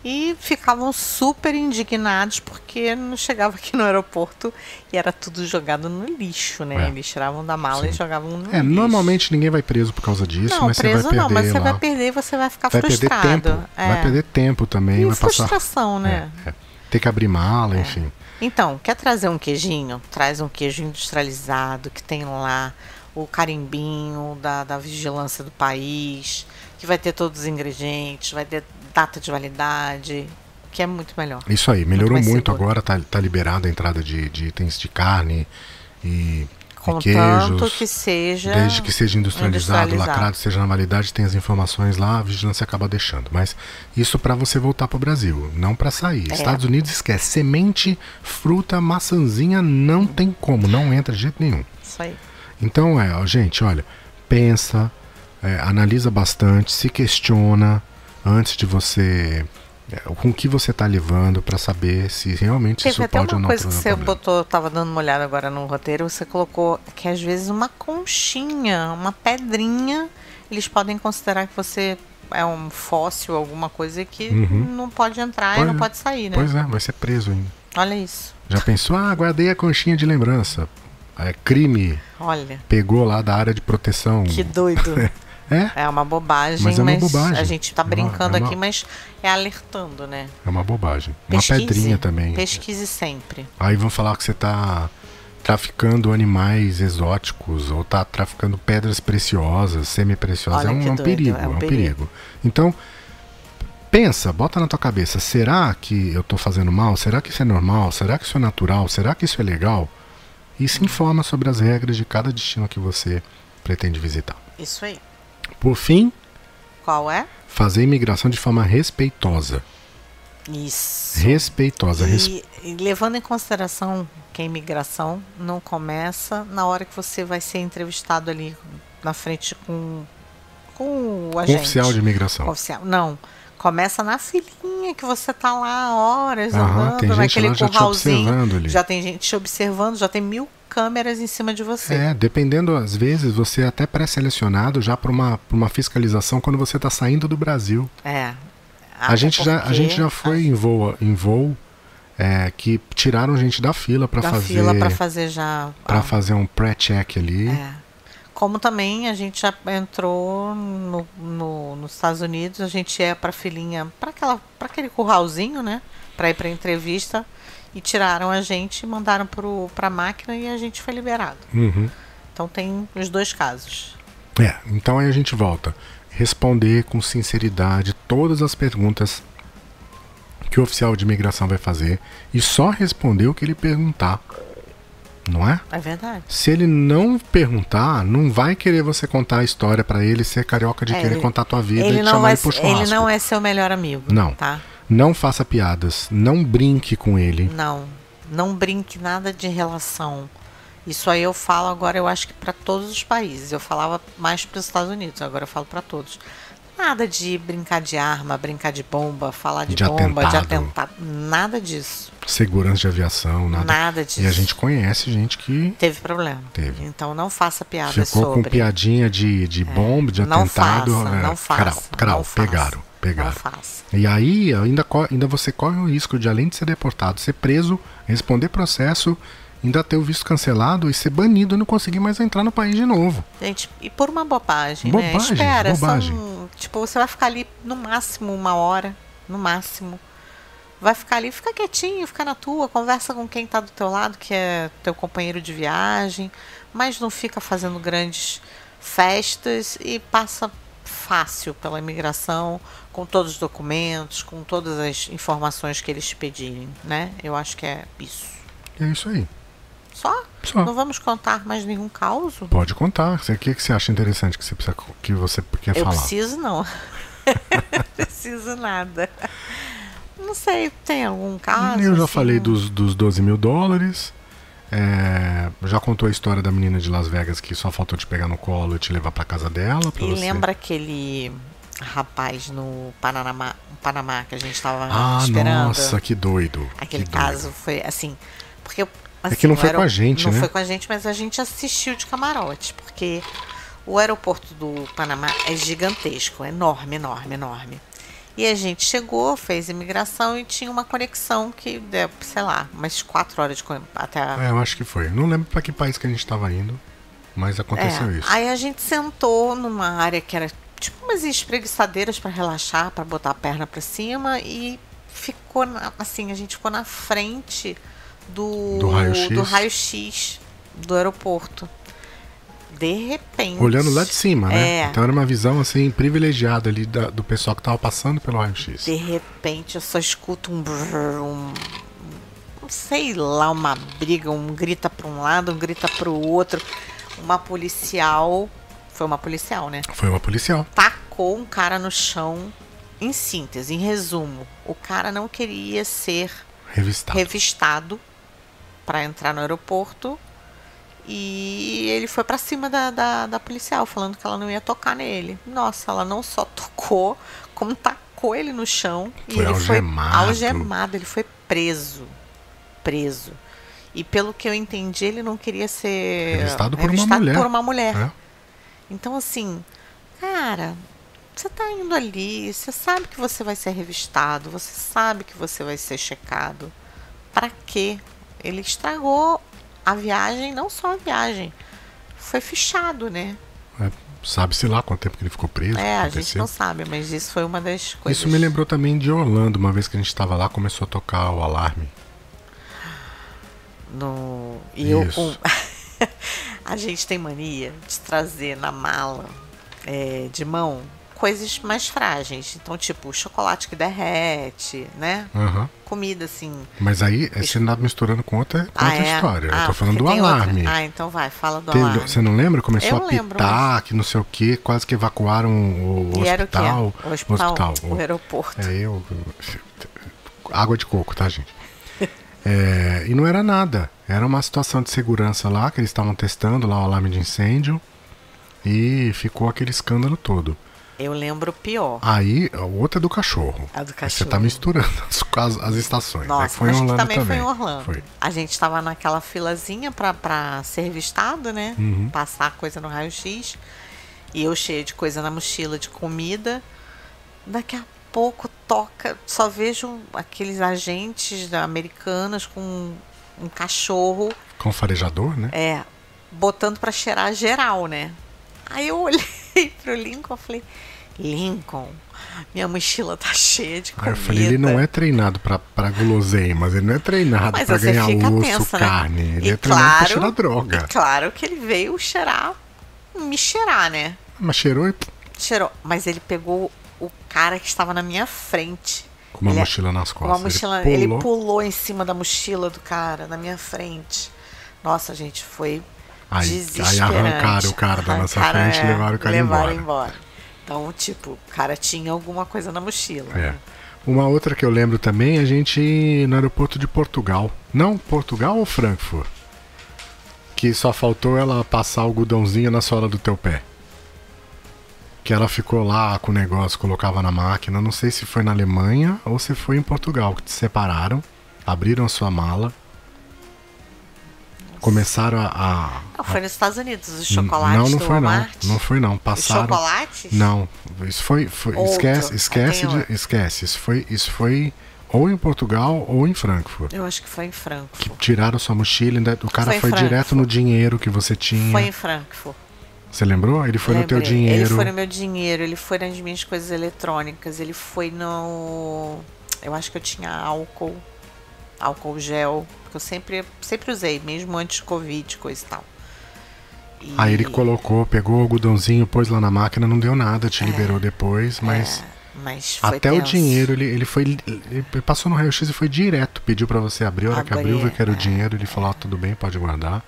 Speaker 2: e ficavam super indignados porque não chegava aqui no aeroporto e era tudo jogado no lixo, né?
Speaker 1: É.
Speaker 2: Eles tiravam da mala e
Speaker 1: Sim.
Speaker 2: jogavam no
Speaker 1: É,
Speaker 2: lixo.
Speaker 1: normalmente ninguém vai preso por causa disso,
Speaker 2: não,
Speaker 1: mas
Speaker 2: preso
Speaker 1: você vai perder
Speaker 2: não, mas você
Speaker 1: lá.
Speaker 2: vai perder e você vai ficar
Speaker 1: vai perder
Speaker 2: frustrado.
Speaker 1: tempo.
Speaker 2: É.
Speaker 1: Vai perder tempo também,
Speaker 2: e É.
Speaker 1: vai passar.
Speaker 2: frustração, né?
Speaker 1: É, é. Tem que abrir mala, enfim.
Speaker 2: Então, quer trazer um queijinho? Traz um queijo industrializado que tem lá o carimbinho da, da vigilância do país, que vai ter todos os ingredientes, vai ter data de validade, que é muito melhor.
Speaker 1: Isso aí, melhorou
Speaker 2: mais
Speaker 1: muito
Speaker 2: seguro.
Speaker 1: agora, tá, tá liberada a entrada de, de itens de carne e, e
Speaker 2: Contanto
Speaker 1: queijos.
Speaker 2: que seja.
Speaker 1: Desde que seja industrializado,
Speaker 2: industrializado.
Speaker 1: lacrado, seja na validade, tem as informações lá, a vigilância acaba deixando. Mas isso para você voltar pro Brasil, não para
Speaker 2: É.
Speaker 1: sair. Estados Unidos esquece. Semente, fruta, maçãzinha, não tem como, não entra de jeito nenhum.
Speaker 2: Isso aí.
Speaker 1: Então é, ó, gente, olha, pensa, é, analisa bastante, se questiona antes de você. é, com o que você está levando para saber se realmente
Speaker 2: Teve
Speaker 1: isso
Speaker 2: até
Speaker 1: pode ou
Speaker 2: uma
Speaker 1: não
Speaker 2: coisa que
Speaker 1: trazer
Speaker 2: você
Speaker 1: problema.
Speaker 2: botou, eu tava dando uma olhada agora no roteiro, você colocou que às vezes uma conchinha, uma pedrinha, eles podem considerar que você é um fóssil, alguma coisa que não pode entrar
Speaker 1: Uhum. Pois
Speaker 2: e não
Speaker 1: é.
Speaker 2: pode sair, né?
Speaker 1: Pois é, vai ser preso ainda.
Speaker 2: Olha isso.
Speaker 1: Já pensou, ah, guardei a conchinha de lembrança. É crime,
Speaker 2: Olha,
Speaker 1: pegou lá da área de proteção.
Speaker 2: que doido.
Speaker 1: É,
Speaker 2: É uma bobagem,
Speaker 1: Mas
Speaker 2: mas,
Speaker 1: é uma bobagem.
Speaker 2: a gente tá
Speaker 1: É uma-
Speaker 2: brincando
Speaker 1: é uma-
Speaker 2: aqui, mas é alertando, né?
Speaker 1: é uma bobagem.
Speaker 2: Pesquise.
Speaker 1: Uma pedrinha também.
Speaker 2: Pesquise sempre.
Speaker 1: Aí vão falar que você tá traficando animais exóticos ou tá traficando pedras preciosas, semi-preciosas.
Speaker 2: Olha
Speaker 1: É, um,
Speaker 2: que
Speaker 1: é um
Speaker 2: doido,
Speaker 1: perigo, é um perigo. Então, pensa, bota na tua cabeça, será que eu tô fazendo mal? Será que isso é normal? Será que isso é natural? Será que isso é legal? E se informa sobre as regras de cada destino que você pretende visitar.
Speaker 2: Isso aí.
Speaker 1: Por fim,
Speaker 2: Qual é?
Speaker 1: fazer a imigração de forma respeitosa.
Speaker 2: Isso.
Speaker 1: Respeitosa. res-
Speaker 2: E, e levando em consideração que a imigração não começa na hora que você vai ser entrevistado ali na frente com, com o
Speaker 1: com
Speaker 2: agente.
Speaker 1: oficial de imigração.
Speaker 2: Oficial. Não. Começa na filinha que você tá lá horas
Speaker 1: Aham,
Speaker 2: andando
Speaker 1: tem gente
Speaker 2: naquele
Speaker 1: lá já te
Speaker 2: curralzinho.
Speaker 1: observando ali.
Speaker 2: já tem gente te observando, já tem mil câmeras em cima de você.
Speaker 1: É, dependendo, às vezes, você é até pré-selecionado já para uma, pra uma fiscalização quando você está saindo do Brasil.
Speaker 2: É.
Speaker 1: a, gente já, a gente já foi em voo, em voo é, que tiraram gente da fila para
Speaker 2: da
Speaker 1: fazer,
Speaker 2: fila para fazer já.
Speaker 1: pra
Speaker 2: a-
Speaker 1: fazer um pré-check ali.
Speaker 2: É. Como também a gente já entrou no, no- nos Estados Unidos, a gente é para filinha, para aquela, para aquele curralzinho, né, para ir para entrevista e tiraram a gente, mandaram pro para máquina e a gente foi liberado.
Speaker 1: Uhum.
Speaker 2: Então tem os dois casos.
Speaker 1: É, então aí a gente volta. Responder com sinceridade todas as perguntas que o oficial de imigração vai fazer e só responder o que ele perguntar. Não é?
Speaker 2: É verdade.
Speaker 1: Se ele não perguntar, não vai querer você contar a história pra ele ser carioca de
Speaker 2: É,
Speaker 1: querer
Speaker 2: ele-
Speaker 1: contar a tua vida e
Speaker 2: Ele
Speaker 1: te
Speaker 2: não,
Speaker 1: chamar
Speaker 2: vai,
Speaker 1: ele pro churrasco.
Speaker 2: ele não é seu melhor amigo,
Speaker 1: Não.
Speaker 2: tá?
Speaker 1: Não faça piadas, não brinque com ele.
Speaker 2: Não, não brinque nada de relação. Isso aí eu falo agora, eu acho que para todos os países. Eu falava mais para os Estados Unidos, agora eu falo para todos. Nada de brincar de arma, brincar de bomba, falar de,
Speaker 1: De
Speaker 2: bomba, de
Speaker 1: atentado.
Speaker 2: atentado, nada disso.
Speaker 1: Segurança de aviação, nada.
Speaker 2: Nada, disso.
Speaker 1: E a gente conhece gente que
Speaker 2: teve problema.
Speaker 1: Teve.
Speaker 2: Então não faça piada
Speaker 1: ficou
Speaker 2: sobre. É.
Speaker 1: com piadinha de, de bomba, de
Speaker 2: não
Speaker 1: atentado.
Speaker 2: faça,
Speaker 1: é,
Speaker 2: não faça.
Speaker 1: crau, crau,
Speaker 2: não faça,
Speaker 1: pegaram,
Speaker 2: Não
Speaker 1: pegaram.
Speaker 2: faça.
Speaker 1: E aí ainda, co- ainda você corre o risco de, além de ser deportado, ser preso, responder processo, ainda ter o visto cancelado e ser banido e não conseguir mais entrar no país de novo.
Speaker 2: Gente, e por uma bobagem, né?
Speaker 1: Bobagem,
Speaker 2: Espera,
Speaker 1: bobagem.
Speaker 2: são. Tipo, você vai ficar ali no máximo uma hora, no máximo. Vai ficar ali, fica quietinho, fica na tua, conversa com quem tá do teu lado, que é teu companheiro de viagem, mas não fica fazendo grandes festas e passa fácil pela imigração, com todos os documentos, com todas as informações que eles te pedirem, né? Eu acho que é isso.
Speaker 1: E é isso aí.
Speaker 2: Só?
Speaker 1: Só.
Speaker 2: Não vamos contar mais nenhum caos?
Speaker 1: Pode contar. Você- O que, que você acha interessante que você, precisa, que você quer
Speaker 2: Eu
Speaker 1: falar?
Speaker 2: preciso não. preciso nada. Não sei, tem algum caso?
Speaker 1: Eu já
Speaker 2: assim?
Speaker 1: falei dos, dos 12 mil dólares. É, já contou a história da menina de Las Vegas que só faltou te pegar no colo e te levar pra casa dela. Pra
Speaker 2: E
Speaker 1: você.
Speaker 2: lembra aquele rapaz no Panamá, Panamá que a gente estava
Speaker 1: Ah,
Speaker 2: esperando?
Speaker 1: nossa, que doido.
Speaker 2: Aquele
Speaker 1: que doido. É
Speaker 2: caso foi assim. Porque. Assim,
Speaker 1: que não
Speaker 2: o
Speaker 1: foi com a gente,
Speaker 2: Não
Speaker 1: né?
Speaker 2: foi com a gente, mas a gente assistiu de camarote, porque o aeroporto do Panamá é gigantesco, é enorme, enorme, enorme. E a gente chegou, fez imigração e tinha uma conexão que deu, sei lá, umas quatro horas de co- até a
Speaker 1: É, eu acho que foi. Não lembro pra que país que a gente tava indo, mas aconteceu
Speaker 2: É,
Speaker 1: isso.
Speaker 2: Aí a gente sentou numa área que era tipo umas espreguiçadeiras para relaxar, para botar a perna para cima e ficou na- assim, a gente ficou na frente do
Speaker 1: Do raio-x?
Speaker 2: do, raio-x do aeroporto. De repente.
Speaker 1: Olhando lá de cima, né?
Speaker 2: É.
Speaker 1: Então era uma visão assim privilegiada ali da- do pessoal que tava passando pelo raio-x.
Speaker 2: De repente eu só escuto um, brrr, um um sei lá, uma briga, um grita para um lado, um grita para o outro. Uma policial, foi uma policial, né?
Speaker 1: Foi uma policial.
Speaker 2: tacou um cara no chão. Em síntese, em resumo, o cara não queria ser
Speaker 1: Revistada.
Speaker 2: revistado para entrar no aeroporto e ele foi para cima da, da, da policial, falando que ela não ia tocar nele. Nossa, ela não só tocou, como tacou ele no chão e
Speaker 1: Foi
Speaker 2: ele
Speaker 1: algemado.
Speaker 2: foi algemado, ele foi preso. Preso. E pelo que eu entendi, ele não queria ser
Speaker 1: Revistado por uma
Speaker 2: revistado
Speaker 1: mulher.
Speaker 2: por uma mulher.
Speaker 1: É.
Speaker 2: Então, assim, cara, você tá indo ali, você sabe que você vai ser revistado, você sabe que você vai ser checado. Pra quê? Ele estragou a viagem, não só a viagem. Foi fichado, né?
Speaker 1: É, Sabe-se lá quanto tempo que ele ficou preso. o
Speaker 2: É,
Speaker 1: que
Speaker 2: a gente
Speaker 1: aconteceu.
Speaker 2: não sabe, mas isso foi uma das coisas.
Speaker 1: Isso me lembrou também de Orlando, uma vez que a gente tava lá, começou a tocar o alarme.
Speaker 2: No... E eu
Speaker 1: Isso.
Speaker 2: com. a gente tem mania de trazer na mala é, de mão coisas mais frágeis. Então, tipo, chocolate que derrete, né?
Speaker 1: Aham.
Speaker 2: Comida assim.
Speaker 1: Mas aí é, você andava misturando com outra, com outra
Speaker 2: é?
Speaker 1: história.
Speaker 2: Ah,
Speaker 1: Eu tô falando
Speaker 2: porque
Speaker 1: do
Speaker 2: tem outra.
Speaker 1: alarme.
Speaker 2: Ah, então vai, fala do
Speaker 1: Teve-
Speaker 2: alarme.
Speaker 1: você não lembra? Começou
Speaker 2: Eu
Speaker 1: a
Speaker 2: lembro,
Speaker 1: pitar, que não sei o que, quase que evacuaram o, o
Speaker 2: e era o quê?
Speaker 1: hospital.
Speaker 2: O hospital,
Speaker 1: hospital,
Speaker 2: o, aeroporto.
Speaker 1: É, eu. Água de coco, tá, gente? É, e não era nada. Era uma situação de segurança lá, que eles estavam testando lá o alarme de incêndio. E ficou aquele escândalo todo.
Speaker 2: Eu lembro o pior.
Speaker 1: Aí, a outra Ah, é do cachorro.
Speaker 2: A do
Speaker 1: Você
Speaker 2: cachorro.
Speaker 1: tá misturando as, as- as estações. né?
Speaker 2: Nossa,
Speaker 1: Que foi em
Speaker 2: acho
Speaker 1: Orlando
Speaker 2: que também, foi em
Speaker 1: também.
Speaker 2: Orlando.
Speaker 1: Foi.
Speaker 2: A gente tava naquela filazinha pra, pra ser revistado, né?
Speaker 1: Uhum.
Speaker 2: Passar coisa no raio-x. E eu cheia de coisa na mochila, de comida. Daqui a pouco toca, só vejo aqueles agentes da- americanos com um- um cachorro
Speaker 1: Com o farejador, né?
Speaker 2: É, botando pra cheirar geral, né? Aí eu olhei pro Lincoln e falei, Lincoln, minha mochila tá cheia de
Speaker 1: Aí
Speaker 2: comida.
Speaker 1: eu falei, ele não é treinado pra, pra guloseimas, ele não é treinado
Speaker 2: Mas
Speaker 1: pra
Speaker 2: você
Speaker 1: ganhar
Speaker 2: fica
Speaker 1: osso,
Speaker 2: tensa, né?
Speaker 1: carne. Ele
Speaker 2: E
Speaker 1: é treinado pra
Speaker 2: claro-
Speaker 1: cheirar droga.
Speaker 2: E claro que ele veio cheirar, me cheirar, né?
Speaker 1: Mas cheirou e pff,
Speaker 2: Cheirou, mas ele pegou o cara que estava na minha frente.
Speaker 1: com uma
Speaker 2: Ele- é
Speaker 1: mochila nas
Speaker 2: com uma
Speaker 1: costas.
Speaker 2: mochila,
Speaker 1: ele
Speaker 2: ele
Speaker 1: pulou.
Speaker 2: pulou em cima da mochila do cara, na minha frente. Nossa, gente, foi
Speaker 1: Aí- aí
Speaker 2: desesperante.
Speaker 1: arrancaram o cara da nossa frente e
Speaker 2: é,
Speaker 1: levaram o cara
Speaker 2: levaram
Speaker 1: embora.
Speaker 2: Então, tipo, o cara tinha alguma coisa na mochila.
Speaker 1: É. Uma outra que eu lembro também, a gente no aeroporto de Portugal. Não, Portugal ou Frankfurt? Que só faltou ela passar o algodãozinho na sola do teu pé. Que ela ficou lá com o negócio, colocava na máquina. Não sei se foi na Alemanha ou se foi em Portugal, que te separaram, abriram a sua mala, começaram a. a-
Speaker 2: Não, foi nos Estados Unidos, os
Speaker 1: N-
Speaker 2: chocolates
Speaker 1: Não, não
Speaker 2: do
Speaker 1: foi não.
Speaker 2: Walmart.
Speaker 1: Não foi não.
Speaker 2: Os
Speaker 1: Passaram.
Speaker 2: chocolates?
Speaker 1: Não, isso foi, foi-
Speaker 2: Outro.
Speaker 1: esquece,
Speaker 2: Ah,
Speaker 1: esquece,
Speaker 2: tem
Speaker 1: de-
Speaker 2: outro.
Speaker 1: esquece. Isso foi, isso foi ou em Portugal ou em Frankfurt.
Speaker 2: Eu acho que foi em Frankfurt.
Speaker 1: Tiraram sua mochila, ainda- o cara
Speaker 2: Foi em
Speaker 1: foi,
Speaker 2: Frankfurt.
Speaker 1: direto no dinheiro que você tinha.
Speaker 2: Foi em Frankfurt.
Speaker 1: Você lembrou? Ele foi no teu
Speaker 2: Lembrei. É, Ele
Speaker 1: dinheiro.
Speaker 2: foi no meu dinheiro, ele foi nas minhas coisas eletrônicas, ele foi no. Eu acho que eu tinha álcool, álcool gel, que eu sempre, sempre usei, mesmo antes do Covid, coisa e tal. E-
Speaker 1: Aí ele colocou, pegou o algodãozinho, pôs lá na máquina, não deu nada, te liberou depois, mas
Speaker 2: Mas É. foi
Speaker 1: até o
Speaker 2: tenso.
Speaker 1: dinheiro ele, ele foi. Ele passou no raio-x e foi direto, pediu pra você abrir, a hora que
Speaker 2: Abrir,
Speaker 1: abriu, viu que era o
Speaker 2: é.
Speaker 1: dinheiro, ele falou, ah, tudo bem, pode guardar.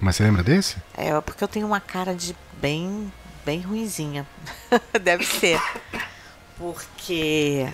Speaker 1: Mas você lembra desse?
Speaker 2: É, porque eu tenho uma cara de bem, bem ruinzinha. Deve ser. Porque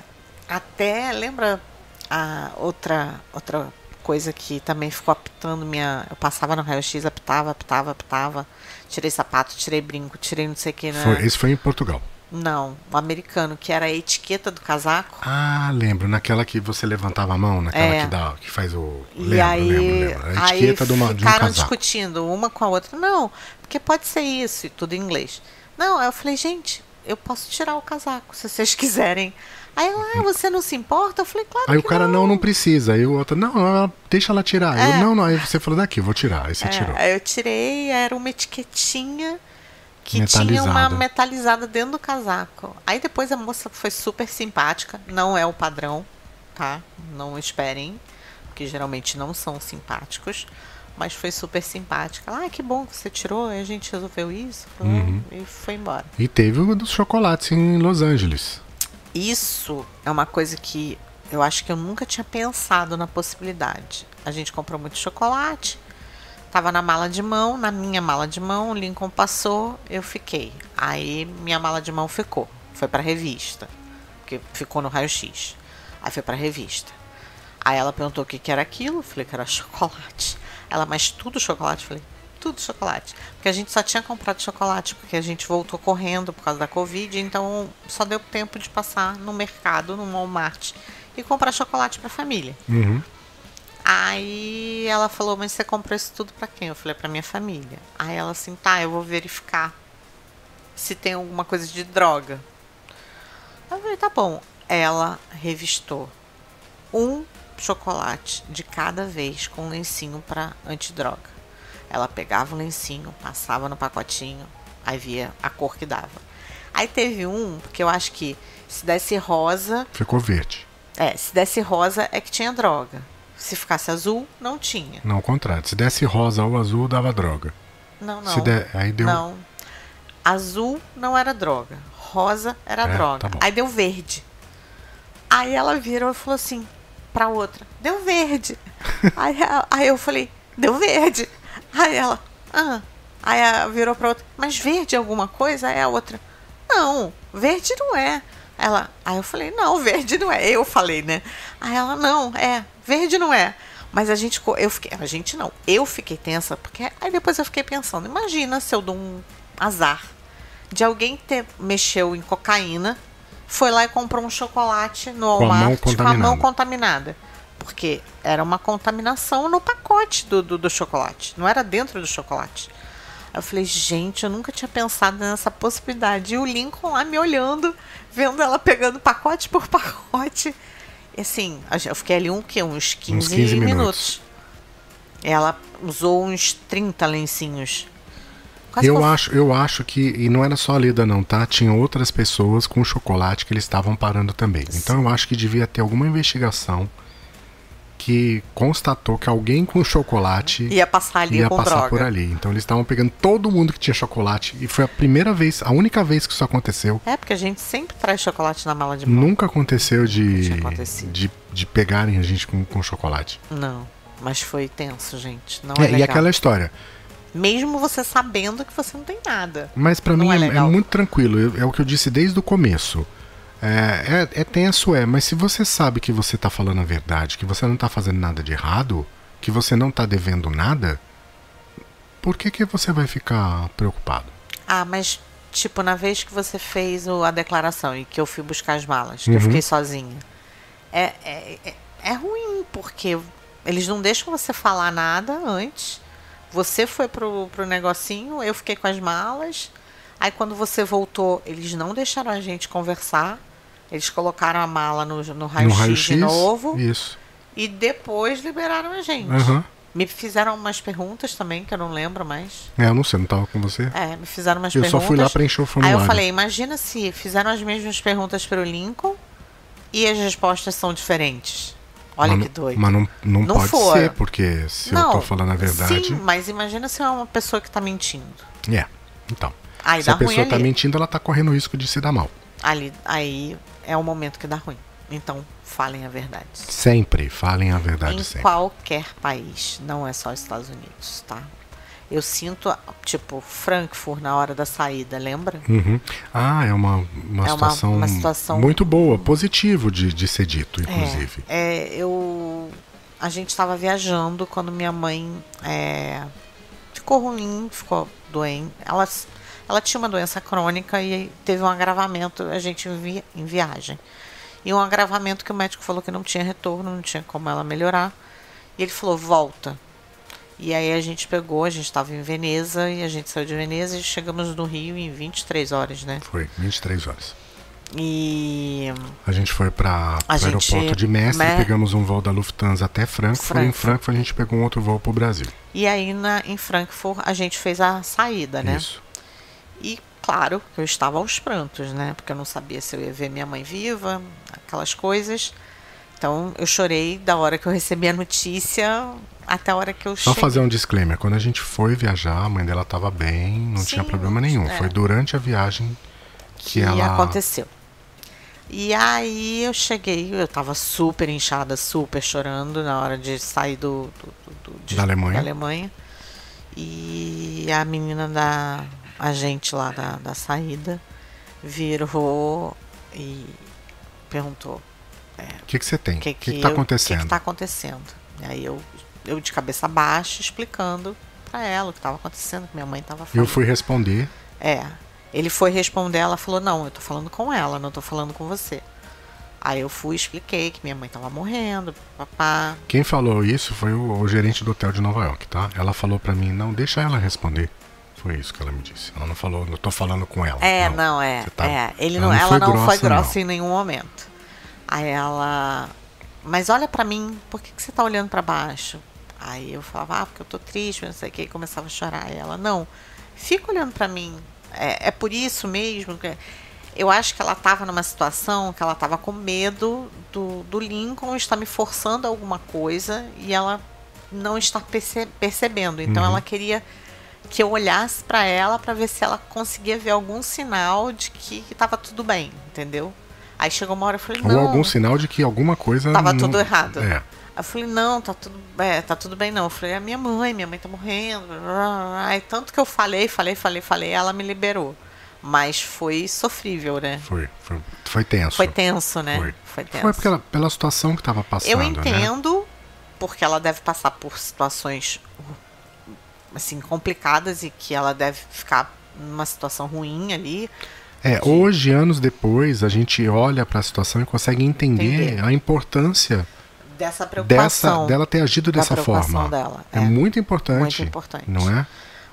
Speaker 2: até, lembra a outra, outra coisa que também ficou apitando minha... Eu passava no raio-x, apitava, apitava, apitava. Tirei sapato, tirei brinco, tirei não sei o que. Né?
Speaker 1: Foi, esse foi em Portugal.
Speaker 2: Não, o americano, que era a etiqueta do casaco.
Speaker 1: Ah, lembro. Naquela que você levantava a mão, naquela
Speaker 2: É.
Speaker 1: que, dá, que faz o.
Speaker 2: E
Speaker 1: lembro,
Speaker 2: aí,
Speaker 1: lembro, lembro. A
Speaker 2: aí
Speaker 1: etiqueta de, uma, de um
Speaker 2: ficaram
Speaker 1: casaco.
Speaker 2: discutindo uma com a outra. Não, porque pode ser isso, e tudo em inglês. Não, aí eu falei, gente, eu posso tirar o casaco, se vocês quiserem. Aí ela, ah, você não se importa? Eu falei, claro
Speaker 1: Aí o
Speaker 2: que
Speaker 1: cara, não, não precisa. Aí o outro, não, ela- deixa ela tirar. Eu,
Speaker 2: É.
Speaker 1: não, não. Aí você falou, daqui, eu vou tirar. Aí você
Speaker 2: É,
Speaker 1: tirou.
Speaker 2: aí eu tirei, era uma etiquetinha que tinha uma
Speaker 1: Metalizada.
Speaker 2: metalizada dentro do casaco. Aí depois a moça foi super simpática, não é o padrão, tá? Não esperem, porque geralmente não são simpáticos, mas foi super simpática. Ah, que bom que você tirou, aí a gente resolveu isso falou,
Speaker 1: Uhum.
Speaker 2: e foi embora.
Speaker 1: E teve o dos chocolates em Los Angeles.
Speaker 2: Isso é uma coisa que eu acho que eu nunca tinha pensado na possibilidade. A gente comprou muito chocolate, tava na mala de mão, na minha mala de mão, o Lincoln passou, eu fiquei. Aí minha mala de mão ficou, foi pra revista, porque ficou no raio-x. Aí foi pra revista. Aí ela perguntou o que, que era aquilo, eu falei que era chocolate. Ela, mas tudo chocolate? Eu falei, tudo chocolate. Porque a gente só tinha comprado chocolate, porque a gente voltou correndo por causa da Covid, então só deu tempo de passar no mercado, no Walmart, e comprar chocolate pra família. Aí ela falou, mas você comprou isso tudo pra quem? Eu falei, "É pra minha família. Aí ela assim, tá, eu vou verificar se tem alguma coisa de droga. Eu falei, tá bom. Ela revistou um chocolate de cada vez com lencinho para antidroga. Ela pegava o lencinho, passava no pacotinho, aí via a cor que dava. Aí teve um, porque eu acho que se desse rosa,
Speaker 1: Ficou verde.
Speaker 2: é, se desse rosa é que tinha droga. Se ficasse azul, não tinha.
Speaker 1: Não, o contrário. Se desse rosa ou azul, dava droga.
Speaker 2: Não, não.
Speaker 1: Se der, aí deu.
Speaker 2: Não. Azul não era droga. Rosa era
Speaker 1: É,
Speaker 2: droga.
Speaker 1: tá bom.
Speaker 2: Aí deu verde. Aí ela virou e falou assim pra outra: deu verde. aí, a- aí eu falei: deu verde. Aí ela, ah. Aí ela virou pra outra: mas verde é alguma coisa? Aí a outra: não, verde não é. Ela, aí eu falei: não, verde não é. Eu falei, né? Aí ela: não, é, verde não é. Mas a gente, co- eu fiquei, a gente não, eu fiquei tensa, porque aí depois eu fiquei pensando: imagina se eu dou um azar de alguém ter mexeu em cocaína, foi lá e comprou um chocolate no
Speaker 1: a mão
Speaker 2: Walmart com a mão
Speaker 1: contaminada.
Speaker 2: contaminada. Porque era uma contaminação no pacote do, do, do chocolate, não era dentro do chocolate. Aí Eu falei, gente, eu nunca tinha pensado nessa possibilidade. E o Lincoln lá me olhando, vendo ela pegando pacote por pacote. E assim, a gen- eu fiquei ali um, quê? uns 15,
Speaker 1: 15 minutos.
Speaker 2: minutos. Ela usou uns 30 lencinhos. Quase que
Speaker 1: Eu
Speaker 2: eu
Speaker 1: acho, eu acho que. E não era só a Lida, não, tá? Tinha outras pessoas com chocolate que eles estavam parando também. Então eu acho que devia ter alguma investigação que constatou que alguém com chocolate
Speaker 2: ia passar ali
Speaker 1: ia
Speaker 2: com
Speaker 1: passar
Speaker 2: droga.
Speaker 1: por ali. Então eles estavam pegando todo mundo que tinha chocolate. E foi a primeira vez, a única vez que isso aconteceu.
Speaker 2: É, porque a gente sempre traz chocolate na mala de mão.
Speaker 1: Nunca aconteceu de,
Speaker 2: Tinha acontecido.
Speaker 1: de, de pegarem a gente com, com chocolate.
Speaker 2: Não, mas foi tenso, gente. Não
Speaker 1: É,
Speaker 2: é, legal.
Speaker 1: e aquela história.
Speaker 2: Mesmo você sabendo que você não tem nada.
Speaker 1: Mas pra
Speaker 2: Não
Speaker 1: mim
Speaker 2: é
Speaker 1: é, é
Speaker 2: legal.
Speaker 1: muito tranquilo. Eu- É o que eu disse desde o começo. É, é- é tenso, é, mas se você sabe que você tá falando a verdade, que você não tá fazendo nada de errado, que você não tá devendo nada, por que, que você vai ficar preocupado?
Speaker 2: Ah, mas tipo, na vez que você fez o- a declaração e que eu fui buscar as malas, que eu fiquei sozinha. É, é, é, é ruim, porque eles não deixam você falar nada antes. Você foi pro, pro negocinho, eu fiquei com as malas. Aí quando você voltou, eles não deixaram a gente conversar. Eles colocaram a mala no, no raio-x de novo.
Speaker 1: Isso.
Speaker 2: E depois liberaram a gente.
Speaker 1: Aham.
Speaker 2: Me fizeram umas perguntas também, que eu não lembro mais.
Speaker 1: É, eu não sei, não tava com você?
Speaker 2: É, me fizeram umas
Speaker 1: Eu só
Speaker 2: perguntas.
Speaker 1: fui lá pra encher o
Speaker 2: Aí eu
Speaker 1: formulário.
Speaker 2: falei, imagina se fizeram as mesmas perguntas para o Lincoln e as respostas são diferentes. Olha
Speaker 1: mas,
Speaker 2: que
Speaker 1: não-
Speaker 2: doido.
Speaker 1: Mas não, não,
Speaker 2: Não
Speaker 1: pode
Speaker 2: foram.
Speaker 1: ser, porque se eu tô falando a verdade.
Speaker 2: Sim, mas imagina se é uma pessoa que tá mentindo.
Speaker 1: É. Então.
Speaker 2: Aí
Speaker 1: se
Speaker 2: dá
Speaker 1: a pessoa
Speaker 2: ruim
Speaker 1: tá
Speaker 2: ali.
Speaker 1: mentindo, ela tá correndo o risco de se dar mal.
Speaker 2: ali. Aí é o momento que dá ruim. Então, falem a verdade.
Speaker 1: Sempre, falem a é verdade
Speaker 2: em
Speaker 1: sempre.
Speaker 2: qualquer país, não é só Estados Unidos, tá? Eu sinto, tipo, Frankfurt na hora da saída, lembra?
Speaker 1: Uhum. Ah, é uma, uma,
Speaker 2: uma-
Speaker 1: situação
Speaker 2: uma situação-
Speaker 1: muito boa, positivo de, de ser dito, inclusive.
Speaker 2: É, eu. A gente estava viajando quando minha mãe é, ficou ruim, ficou doente. Ela, ela tinha uma doença crônica e teve um agravamento, a gente em, vi- em viagem. E um agravamento que o médico falou que não tinha retorno, não tinha como ela melhorar. E ele falou: volta. E aí a gente pegou, a gente estava em Veneza e a gente saiu de Veneza e chegamos no Rio em 23 horas, né?
Speaker 1: Foi 23 horas.
Speaker 2: E
Speaker 1: A gente foi para o
Speaker 2: A gente-
Speaker 1: aeroporto de Mestre,
Speaker 2: Me-
Speaker 1: pegamos um voo da Lufthansa até Frankfurt. Em
Speaker 2: Frankfurt.
Speaker 1: Frankfurt a gente pegou um outro voo pro Brasil.
Speaker 2: E aí na, em Frankfurt a gente fez a saída, né?
Speaker 1: Isso.
Speaker 2: E claro que eu estava aos prantos, né? Porque eu não sabia se eu ia ver minha mãe viva, aquelas coisas. Então eu chorei da hora que eu recebi a notícia até a hora que eu
Speaker 1: Só
Speaker 2: cheguei.
Speaker 1: fazer um disclaimer, quando a gente foi viajar, a mãe dela tava bem, não
Speaker 2: Sim,
Speaker 1: tinha problema nenhum.
Speaker 2: é.
Speaker 1: Foi durante a viagem que, ela
Speaker 2: aconteceu. E aí eu cheguei, eu tava super inchada, super chorando na hora de sair do, do- do- do- de-
Speaker 1: Da Alemanha.
Speaker 2: Alemanha. E a menina da a gente lá da, da saída virou e perguntou
Speaker 1: O que que você tem?
Speaker 2: o
Speaker 1: O
Speaker 2: que
Speaker 1: que,
Speaker 2: que,
Speaker 1: que, tá
Speaker 2: eu- o que que
Speaker 1: acontecendo?
Speaker 2: tá acontecendo? E aí eu, eu de cabeça baixa explicando pra ela o que tava acontecendo, que minha mãe tava falando.
Speaker 1: Eu fui responder,
Speaker 2: É. Ele foi responder, ela falou: Não, eu tô falando com ela, não tô falando com você. Aí eu fui e expliquei que minha mãe tava morrendo, papá.
Speaker 1: quem falou isso foi o, o gerente do hotel de Nova York, tá? Ela falou pra mim, não, deixa ela responder. Foi isso que ela me disse. Ela não falou, eu tô falando com ela.
Speaker 2: É, não, é,
Speaker 1: Você tá-
Speaker 2: é. Ele
Speaker 1: ela
Speaker 2: não, ela não foi grossa
Speaker 1: não.
Speaker 2: em nenhum momento. Aí ela. Mas olha pra mim, por que, que você tá olhando pra baixo? Aí eu falava, ah, porque eu tô triste, não sei o que, e começava a chorar. Aí ela, não, fica olhando pra mim. É, é por isso mesmo. que- Eu acho que ela tava numa situação que ela tava com medo do, do Lincoln estar me forçando a alguma coisa e ela não está perce- percebendo. Então
Speaker 1: Uhum.
Speaker 2: ela queria que eu olhasse pra ela pra ver se ela conseguia ver algum sinal de que estava tudo bem, entendeu? Aí chegou uma hora eu falei,
Speaker 1: Ou
Speaker 2: não.
Speaker 1: algum sinal de que alguma coisa...
Speaker 2: Tava
Speaker 1: não-
Speaker 2: tudo errado.
Speaker 1: É.
Speaker 2: Aí eu falei, não, tá tudo, é, tá tudo bem não. Eu falei, a minha mãe, minha mãe tá morrendo. blá, blá, blá. Aí tanto que eu falei, falei, falei, falei, ela me liberou. Mas foi sofrível, né?
Speaker 1: Foi, foi, foi tenso.
Speaker 2: Foi tenso, né?
Speaker 1: Foi.
Speaker 2: tenso.
Speaker 1: Foi porque ela- pela situação que tava passando,
Speaker 2: eu
Speaker 1: né?
Speaker 2: entendo, porque ela deve passar por situações assim complicadas e que ela deve ficar numa situação ruim ali.
Speaker 1: É, hoje, anos depois, a gente olha pra situação e consegue entender
Speaker 2: Entender.
Speaker 1: a importância
Speaker 2: Dessa
Speaker 1: dessa,
Speaker 2: preocupação.
Speaker 1: dela ter agido
Speaker 2: da
Speaker 1: dessa
Speaker 2: preocupação
Speaker 1: forma.
Speaker 2: dela,
Speaker 1: É,
Speaker 2: é.
Speaker 1: muito importante.
Speaker 2: Muito importante.
Speaker 1: Não é?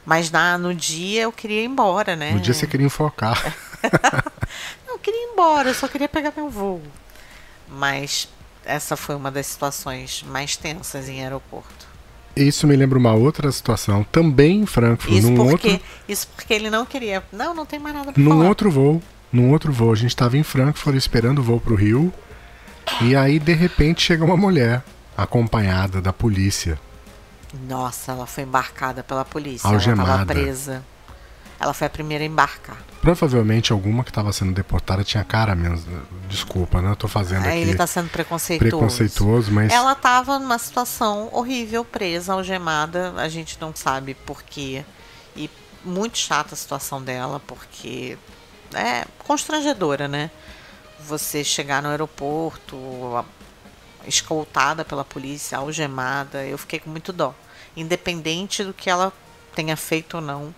Speaker 2: Mas na, no dia eu queria ir embora, né?
Speaker 1: No dia você queria enfocar.
Speaker 2: Não, eu queria ir embora, eu só queria pegar meu voo. Mas essa foi uma das situações mais tensas em aeroporto.
Speaker 1: Isso me lembra uma outra situação, também em Frankfurt,
Speaker 2: Isso
Speaker 1: num
Speaker 2: porque,
Speaker 1: outro,
Speaker 2: isso porque ele não queria. Não, não tem mais nada pra
Speaker 1: num
Speaker 2: falar.
Speaker 1: outro voo. Num outro voo, a gente estava em Frankfurt esperando o voo pro Rio. E aí, de repente, chega uma mulher acompanhada da polícia.
Speaker 2: Nossa, ela foi embarcada pela polícia. Ela
Speaker 1: Algemada.
Speaker 2: tava presa. Ela foi a primeira a embarcar.
Speaker 1: Provavelmente alguma que estava sendo deportada tinha cara menos. Desculpa, né? Eu tô fazendo
Speaker 2: Aí ele
Speaker 1: aqui
Speaker 2: tá sendo preconceituoso.
Speaker 1: preconceituoso, mas
Speaker 2: Ela tava numa situação horrível, presa, algemada. A gente não sabe por quê. E muito chata a situação dela, porque é constrangedora, né? Você chegar no aeroporto, a- escoltada pela polícia, algemada. Eu fiquei com muito dó. Independente do que ela tenha feito ou não,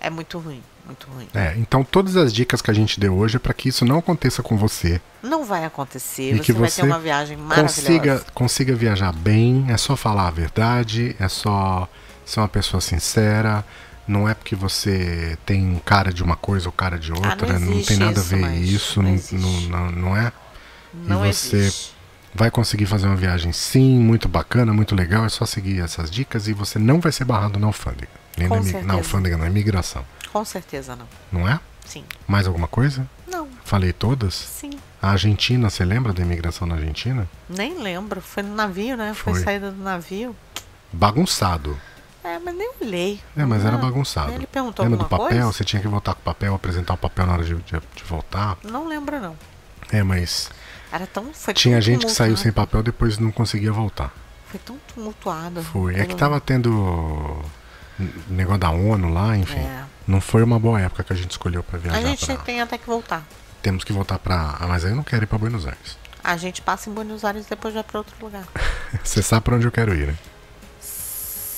Speaker 2: é muito ruim. Muito ruim.
Speaker 1: É, então todas as dicas que a gente deu hoje é para que isso não aconteça com você.
Speaker 2: Não vai acontecer.
Speaker 1: E
Speaker 2: você
Speaker 1: que
Speaker 2: vai
Speaker 1: você
Speaker 2: ter uma viagem maravilhosa.
Speaker 1: Consiga, consiga viajar bem, é só falar a verdade, é só ser uma pessoa sincera. Não é porque você tem cara de uma coisa ou cara de outra, não,
Speaker 2: Ah, existe
Speaker 1: tem nada
Speaker 2: isso
Speaker 1: a ver
Speaker 2: mais,
Speaker 1: isso,
Speaker 2: não
Speaker 1: não,
Speaker 2: existe.
Speaker 1: não, não- não é?
Speaker 2: Não
Speaker 1: e você
Speaker 2: existe.
Speaker 1: Vai conseguir fazer uma viagem sim, muito bacana, muito legal, é só seguir essas dicas e você não vai ser barrado na alfândega. Nem
Speaker 2: Com
Speaker 1: na, imi- na
Speaker 2: certeza.
Speaker 1: alfândega, na imigração,
Speaker 2: Com certeza não.
Speaker 1: não é?
Speaker 2: Sim.
Speaker 1: Mais alguma coisa?
Speaker 2: Não,
Speaker 1: Falei todas?
Speaker 2: sim.
Speaker 1: A Argentina, você lembra da imigração na Argentina?
Speaker 2: Nem lembro. Foi no navio, né? Foi,
Speaker 1: Foi.
Speaker 2: saída do navio.
Speaker 1: bagunçado.
Speaker 2: É, mas nem olhei.
Speaker 1: É, mas era
Speaker 2: Ah,
Speaker 1: bagunçado.
Speaker 2: Ele perguntou
Speaker 1: Lembra do
Speaker 2: alguma
Speaker 1: papel?
Speaker 2: coisa?
Speaker 1: Você tinha que voltar com o papel, apresentar o papel na hora de, de- de voltar.
Speaker 2: Não lembro, não.
Speaker 1: É, mas
Speaker 2: Era tão. Foi
Speaker 1: tinha
Speaker 2: tão
Speaker 1: gente que saiu sem
Speaker 2: tumultuado.
Speaker 1: papel depois não conseguia voltar.
Speaker 2: Foi tão tumultuado.
Speaker 1: Foi. É que
Speaker 2: Pelo-
Speaker 1: tava tendo n- negócio da ONU lá, enfim.
Speaker 2: É.
Speaker 1: Não foi uma boa época que a gente escolheu pra
Speaker 2: A
Speaker 1: viajar.
Speaker 2: gente
Speaker 1: pra-
Speaker 2: tem até que voltar.
Speaker 1: Temos que voltar pra. Ah, mas aí eu não quero ir pra Buenos Aires.
Speaker 2: A gente passa em Buenos Aires e depois vai pra outro lugar.
Speaker 1: Você sabe pra onde eu quero ir, né?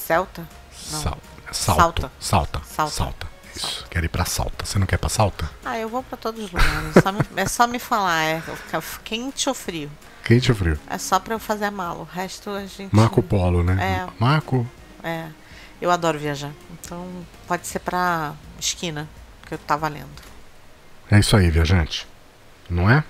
Speaker 2: Celta? Não.
Speaker 1: Sal- Salto. Salta.
Speaker 2: Salta.
Speaker 1: Salta. Isso. Quero ir pra Salta. Você não quer pra Salta?
Speaker 2: Ah, eu vou pra todos os lugares. Só me- é só me falar. É quente ou frio.
Speaker 1: Quente ou frio?
Speaker 2: É só pra eu fazer a mala. O resto a gente.
Speaker 1: Marco Polo, né?
Speaker 2: É.
Speaker 1: Marco.
Speaker 2: É, eu adoro viajar. Então tá pode ser pra esquina, que eu tava lendo.
Speaker 1: É isso aí, viajante. não é?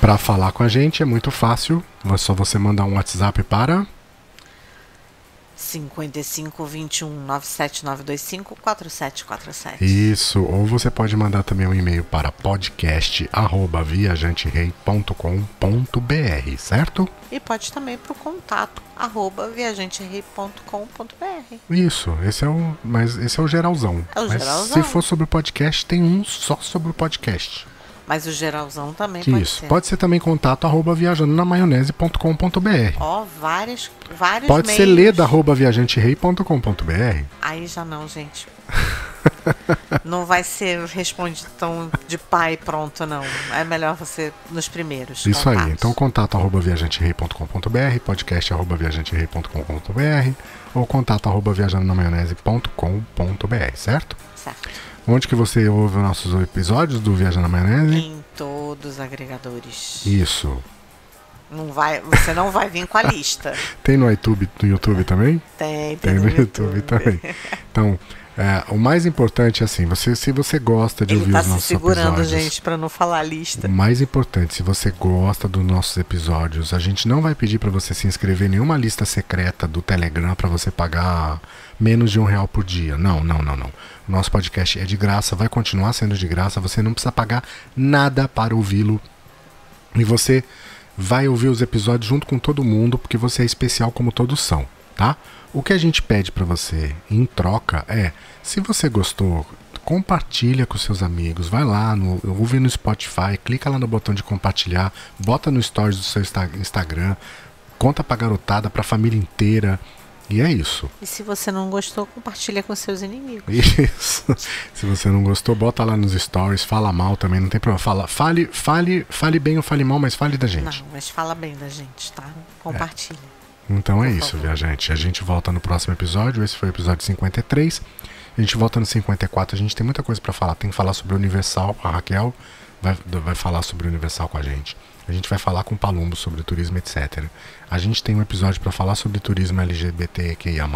Speaker 1: Para falar com a gente é muito fácil, é só você mandar um WhatsApp para
Speaker 2: 55 21 97 925 4747.
Speaker 1: Isso, ou você pode mandar também um e-mail para podcast@viajanterei.com.br, certo?
Speaker 2: E pode também para o contato arroba viajanterei.com.br.
Speaker 1: Isso, esse é o, mas esse é o geralzão.
Speaker 2: É o
Speaker 1: Mas se
Speaker 2: geralzão.
Speaker 1: for sobre o podcast, tem um só sobre o podcast.
Speaker 2: Mas o geralzão também É, pode
Speaker 1: Isso.
Speaker 2: ser.
Speaker 1: Pode ser também contato arroba viajando na maionese.com.br.
Speaker 2: Ó, vários, vários
Speaker 1: Pode ser
Speaker 2: meios.
Speaker 1: leda arroba viajanterei.com.br.
Speaker 2: Aí já não, gente. não vai ser respondido tão de pai pronto, não. É melhor você nos primeiros.
Speaker 1: Isso aí.
Speaker 2: contatos.
Speaker 1: Então, contato arroba viajanterei.com.br, podcast arroba viajanterei.com.br ou contato arroba viajando na maionese.com.br, certo?
Speaker 2: Certo.
Speaker 1: Onde que você ouve os nossos episódios do Viajando na Maionese?
Speaker 2: Em todos os agregadores.
Speaker 1: Isso.
Speaker 2: Não vai, você não vai vir com a lista.
Speaker 1: Tem no YouTube, no YouTube também?
Speaker 2: Tem,
Speaker 1: Tem no YouTube também. Então, é, o mais importante é assim, você, se você gosta de
Speaker 2: Ele
Speaker 1: ouvir
Speaker 2: tá
Speaker 1: os
Speaker 2: se
Speaker 1: nossos
Speaker 2: segurando,
Speaker 1: episódios. Hum.
Speaker 2: gente, pra não falar a
Speaker 1: O
Speaker 2: lista.
Speaker 1: mais importante, se você gosta dos nossos episódios, a gente não vai pedir para você se inscrever em nenhuma lista secreta do Telegram para você pagar menos de um real por dia. Não, não, não, não. O nosso podcast é de graça, vai continuar sendo de graça. Você não precisa pagar nada para ouvi-lo. E você vai ouvir os episódios junto com todo mundo, porque você é especial como todos são, tá? O que a gente pede pra você em troca é, se você gostou, compartilha com seus amigos, vai lá no ouve no Spotify, clica lá no botão de compartilhar, bota no stories do seu Insta- Instagram, conta pra garotada, pra família inteira. E é isso. é
Speaker 2: E se você não gostou, compartilha com seus inimigos.
Speaker 1: Isso. Se você não gostou, bota lá nos stories, fala mal também, não tem problema. Fala, fale, fale, fale bem ou fale mal, mas fale da gente.
Speaker 2: Não, mas fala bem da gente, tá? Compartilha.
Speaker 1: Então é
Speaker 2: Por
Speaker 1: isso,
Speaker 2: favor.
Speaker 1: viajante. A gente volta no próximo episódio. Esse foi o episódio 53. A gente volta no 54. A gente tem muita coisa pra falar. Tem que falar sobre o Universal. A Raquel vai, vai falar sobre o Universal com a gente. A gente vai falar com o Palumbo sobre turismo, etc. A gente tem um episódio pra falar sobre turismo LGBTQIA.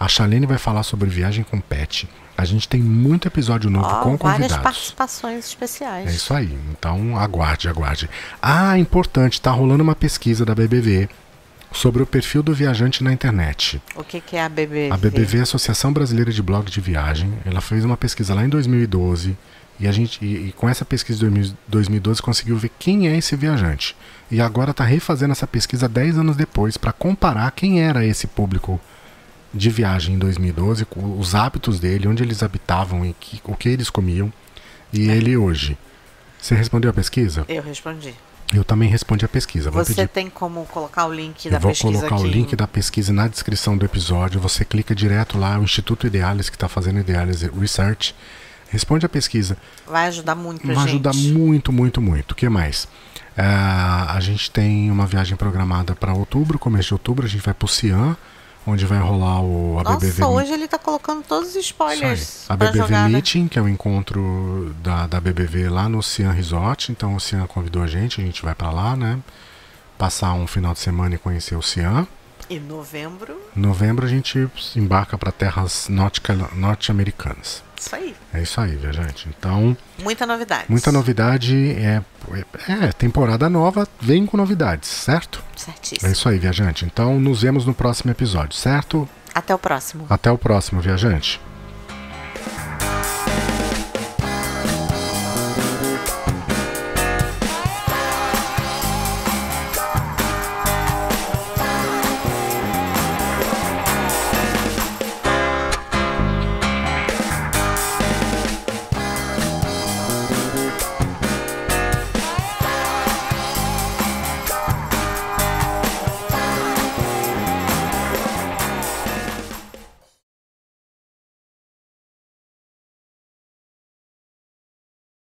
Speaker 1: A Chalene vai falar sobre viagem com pet. A gente tem muito episódio novo
Speaker 2: Ó,
Speaker 1: com
Speaker 2: várias
Speaker 1: convidados.
Speaker 2: participações especiais.
Speaker 1: É isso aí. Então aguarde, aguarde. Ah, importante, tá rolando uma pesquisa da BBV sobre o perfil do viajante na internet.
Speaker 2: O que, que é a BBV?
Speaker 1: A BBV, Associação Brasileira de Blog de Viagem, ela fez uma pesquisa lá em 2012 e a gente e, e com essa pesquisa de 2000 2012 conseguiu ver quem é esse viajante. E agora tá refazendo essa pesquisa 10 anos depois para comparar quem era esse público de viagem em 2012, com os hábitos dele, onde eles habitavam e que- o que eles comiam e ele hoje. Você respondeu a pesquisa?
Speaker 2: Eu respondi.
Speaker 1: Eu também respondi a pesquisa. Vou
Speaker 2: Você
Speaker 1: pedir
Speaker 2: tem como colocar o link da
Speaker 1: eu vou
Speaker 2: pesquisa
Speaker 1: colocar
Speaker 2: aqui?
Speaker 1: o link da pesquisa na descrição do episódio. Você clica direto lá, o Instituto Ideales, que está fazendo Ideales Research. Responde a pesquisa.
Speaker 2: Vai ajudar muito,
Speaker 1: Vai
Speaker 2: gente.
Speaker 1: ajudar muito, muito, muito. O que mais? Ah, a gente tem uma viagem programada para outubro, começo de outubro. A gente vai para o Cian, onde vai rolar o a
Speaker 2: Nossa,
Speaker 1: BBV
Speaker 2: hoje ele tá colocando todos os
Speaker 1: isso aí.
Speaker 2: spoilers
Speaker 1: A
Speaker 2: pra
Speaker 1: BBV
Speaker 2: jogada.
Speaker 1: Meeting, que é o encontro da, da BBV lá no Cian Resort. Então o Cian convidou a gente, a gente vai para lá, né? Passar um final de semana e conhecer o Cian.
Speaker 2: Em novembro,
Speaker 1: Novembro a gente embarca para terras nortica- norte-americanas.
Speaker 2: isso aí.
Speaker 1: É isso aí, viajante. Então,
Speaker 2: Muita novidade.
Speaker 1: muita novidade. É, é temporada nova, vem com novidades, certo? É
Speaker 2: Certíssimo.
Speaker 1: isso aí, viajante. Então, nos vemos no próximo episódio, certo?
Speaker 2: Até o próximo.
Speaker 1: Até o próximo, viajante.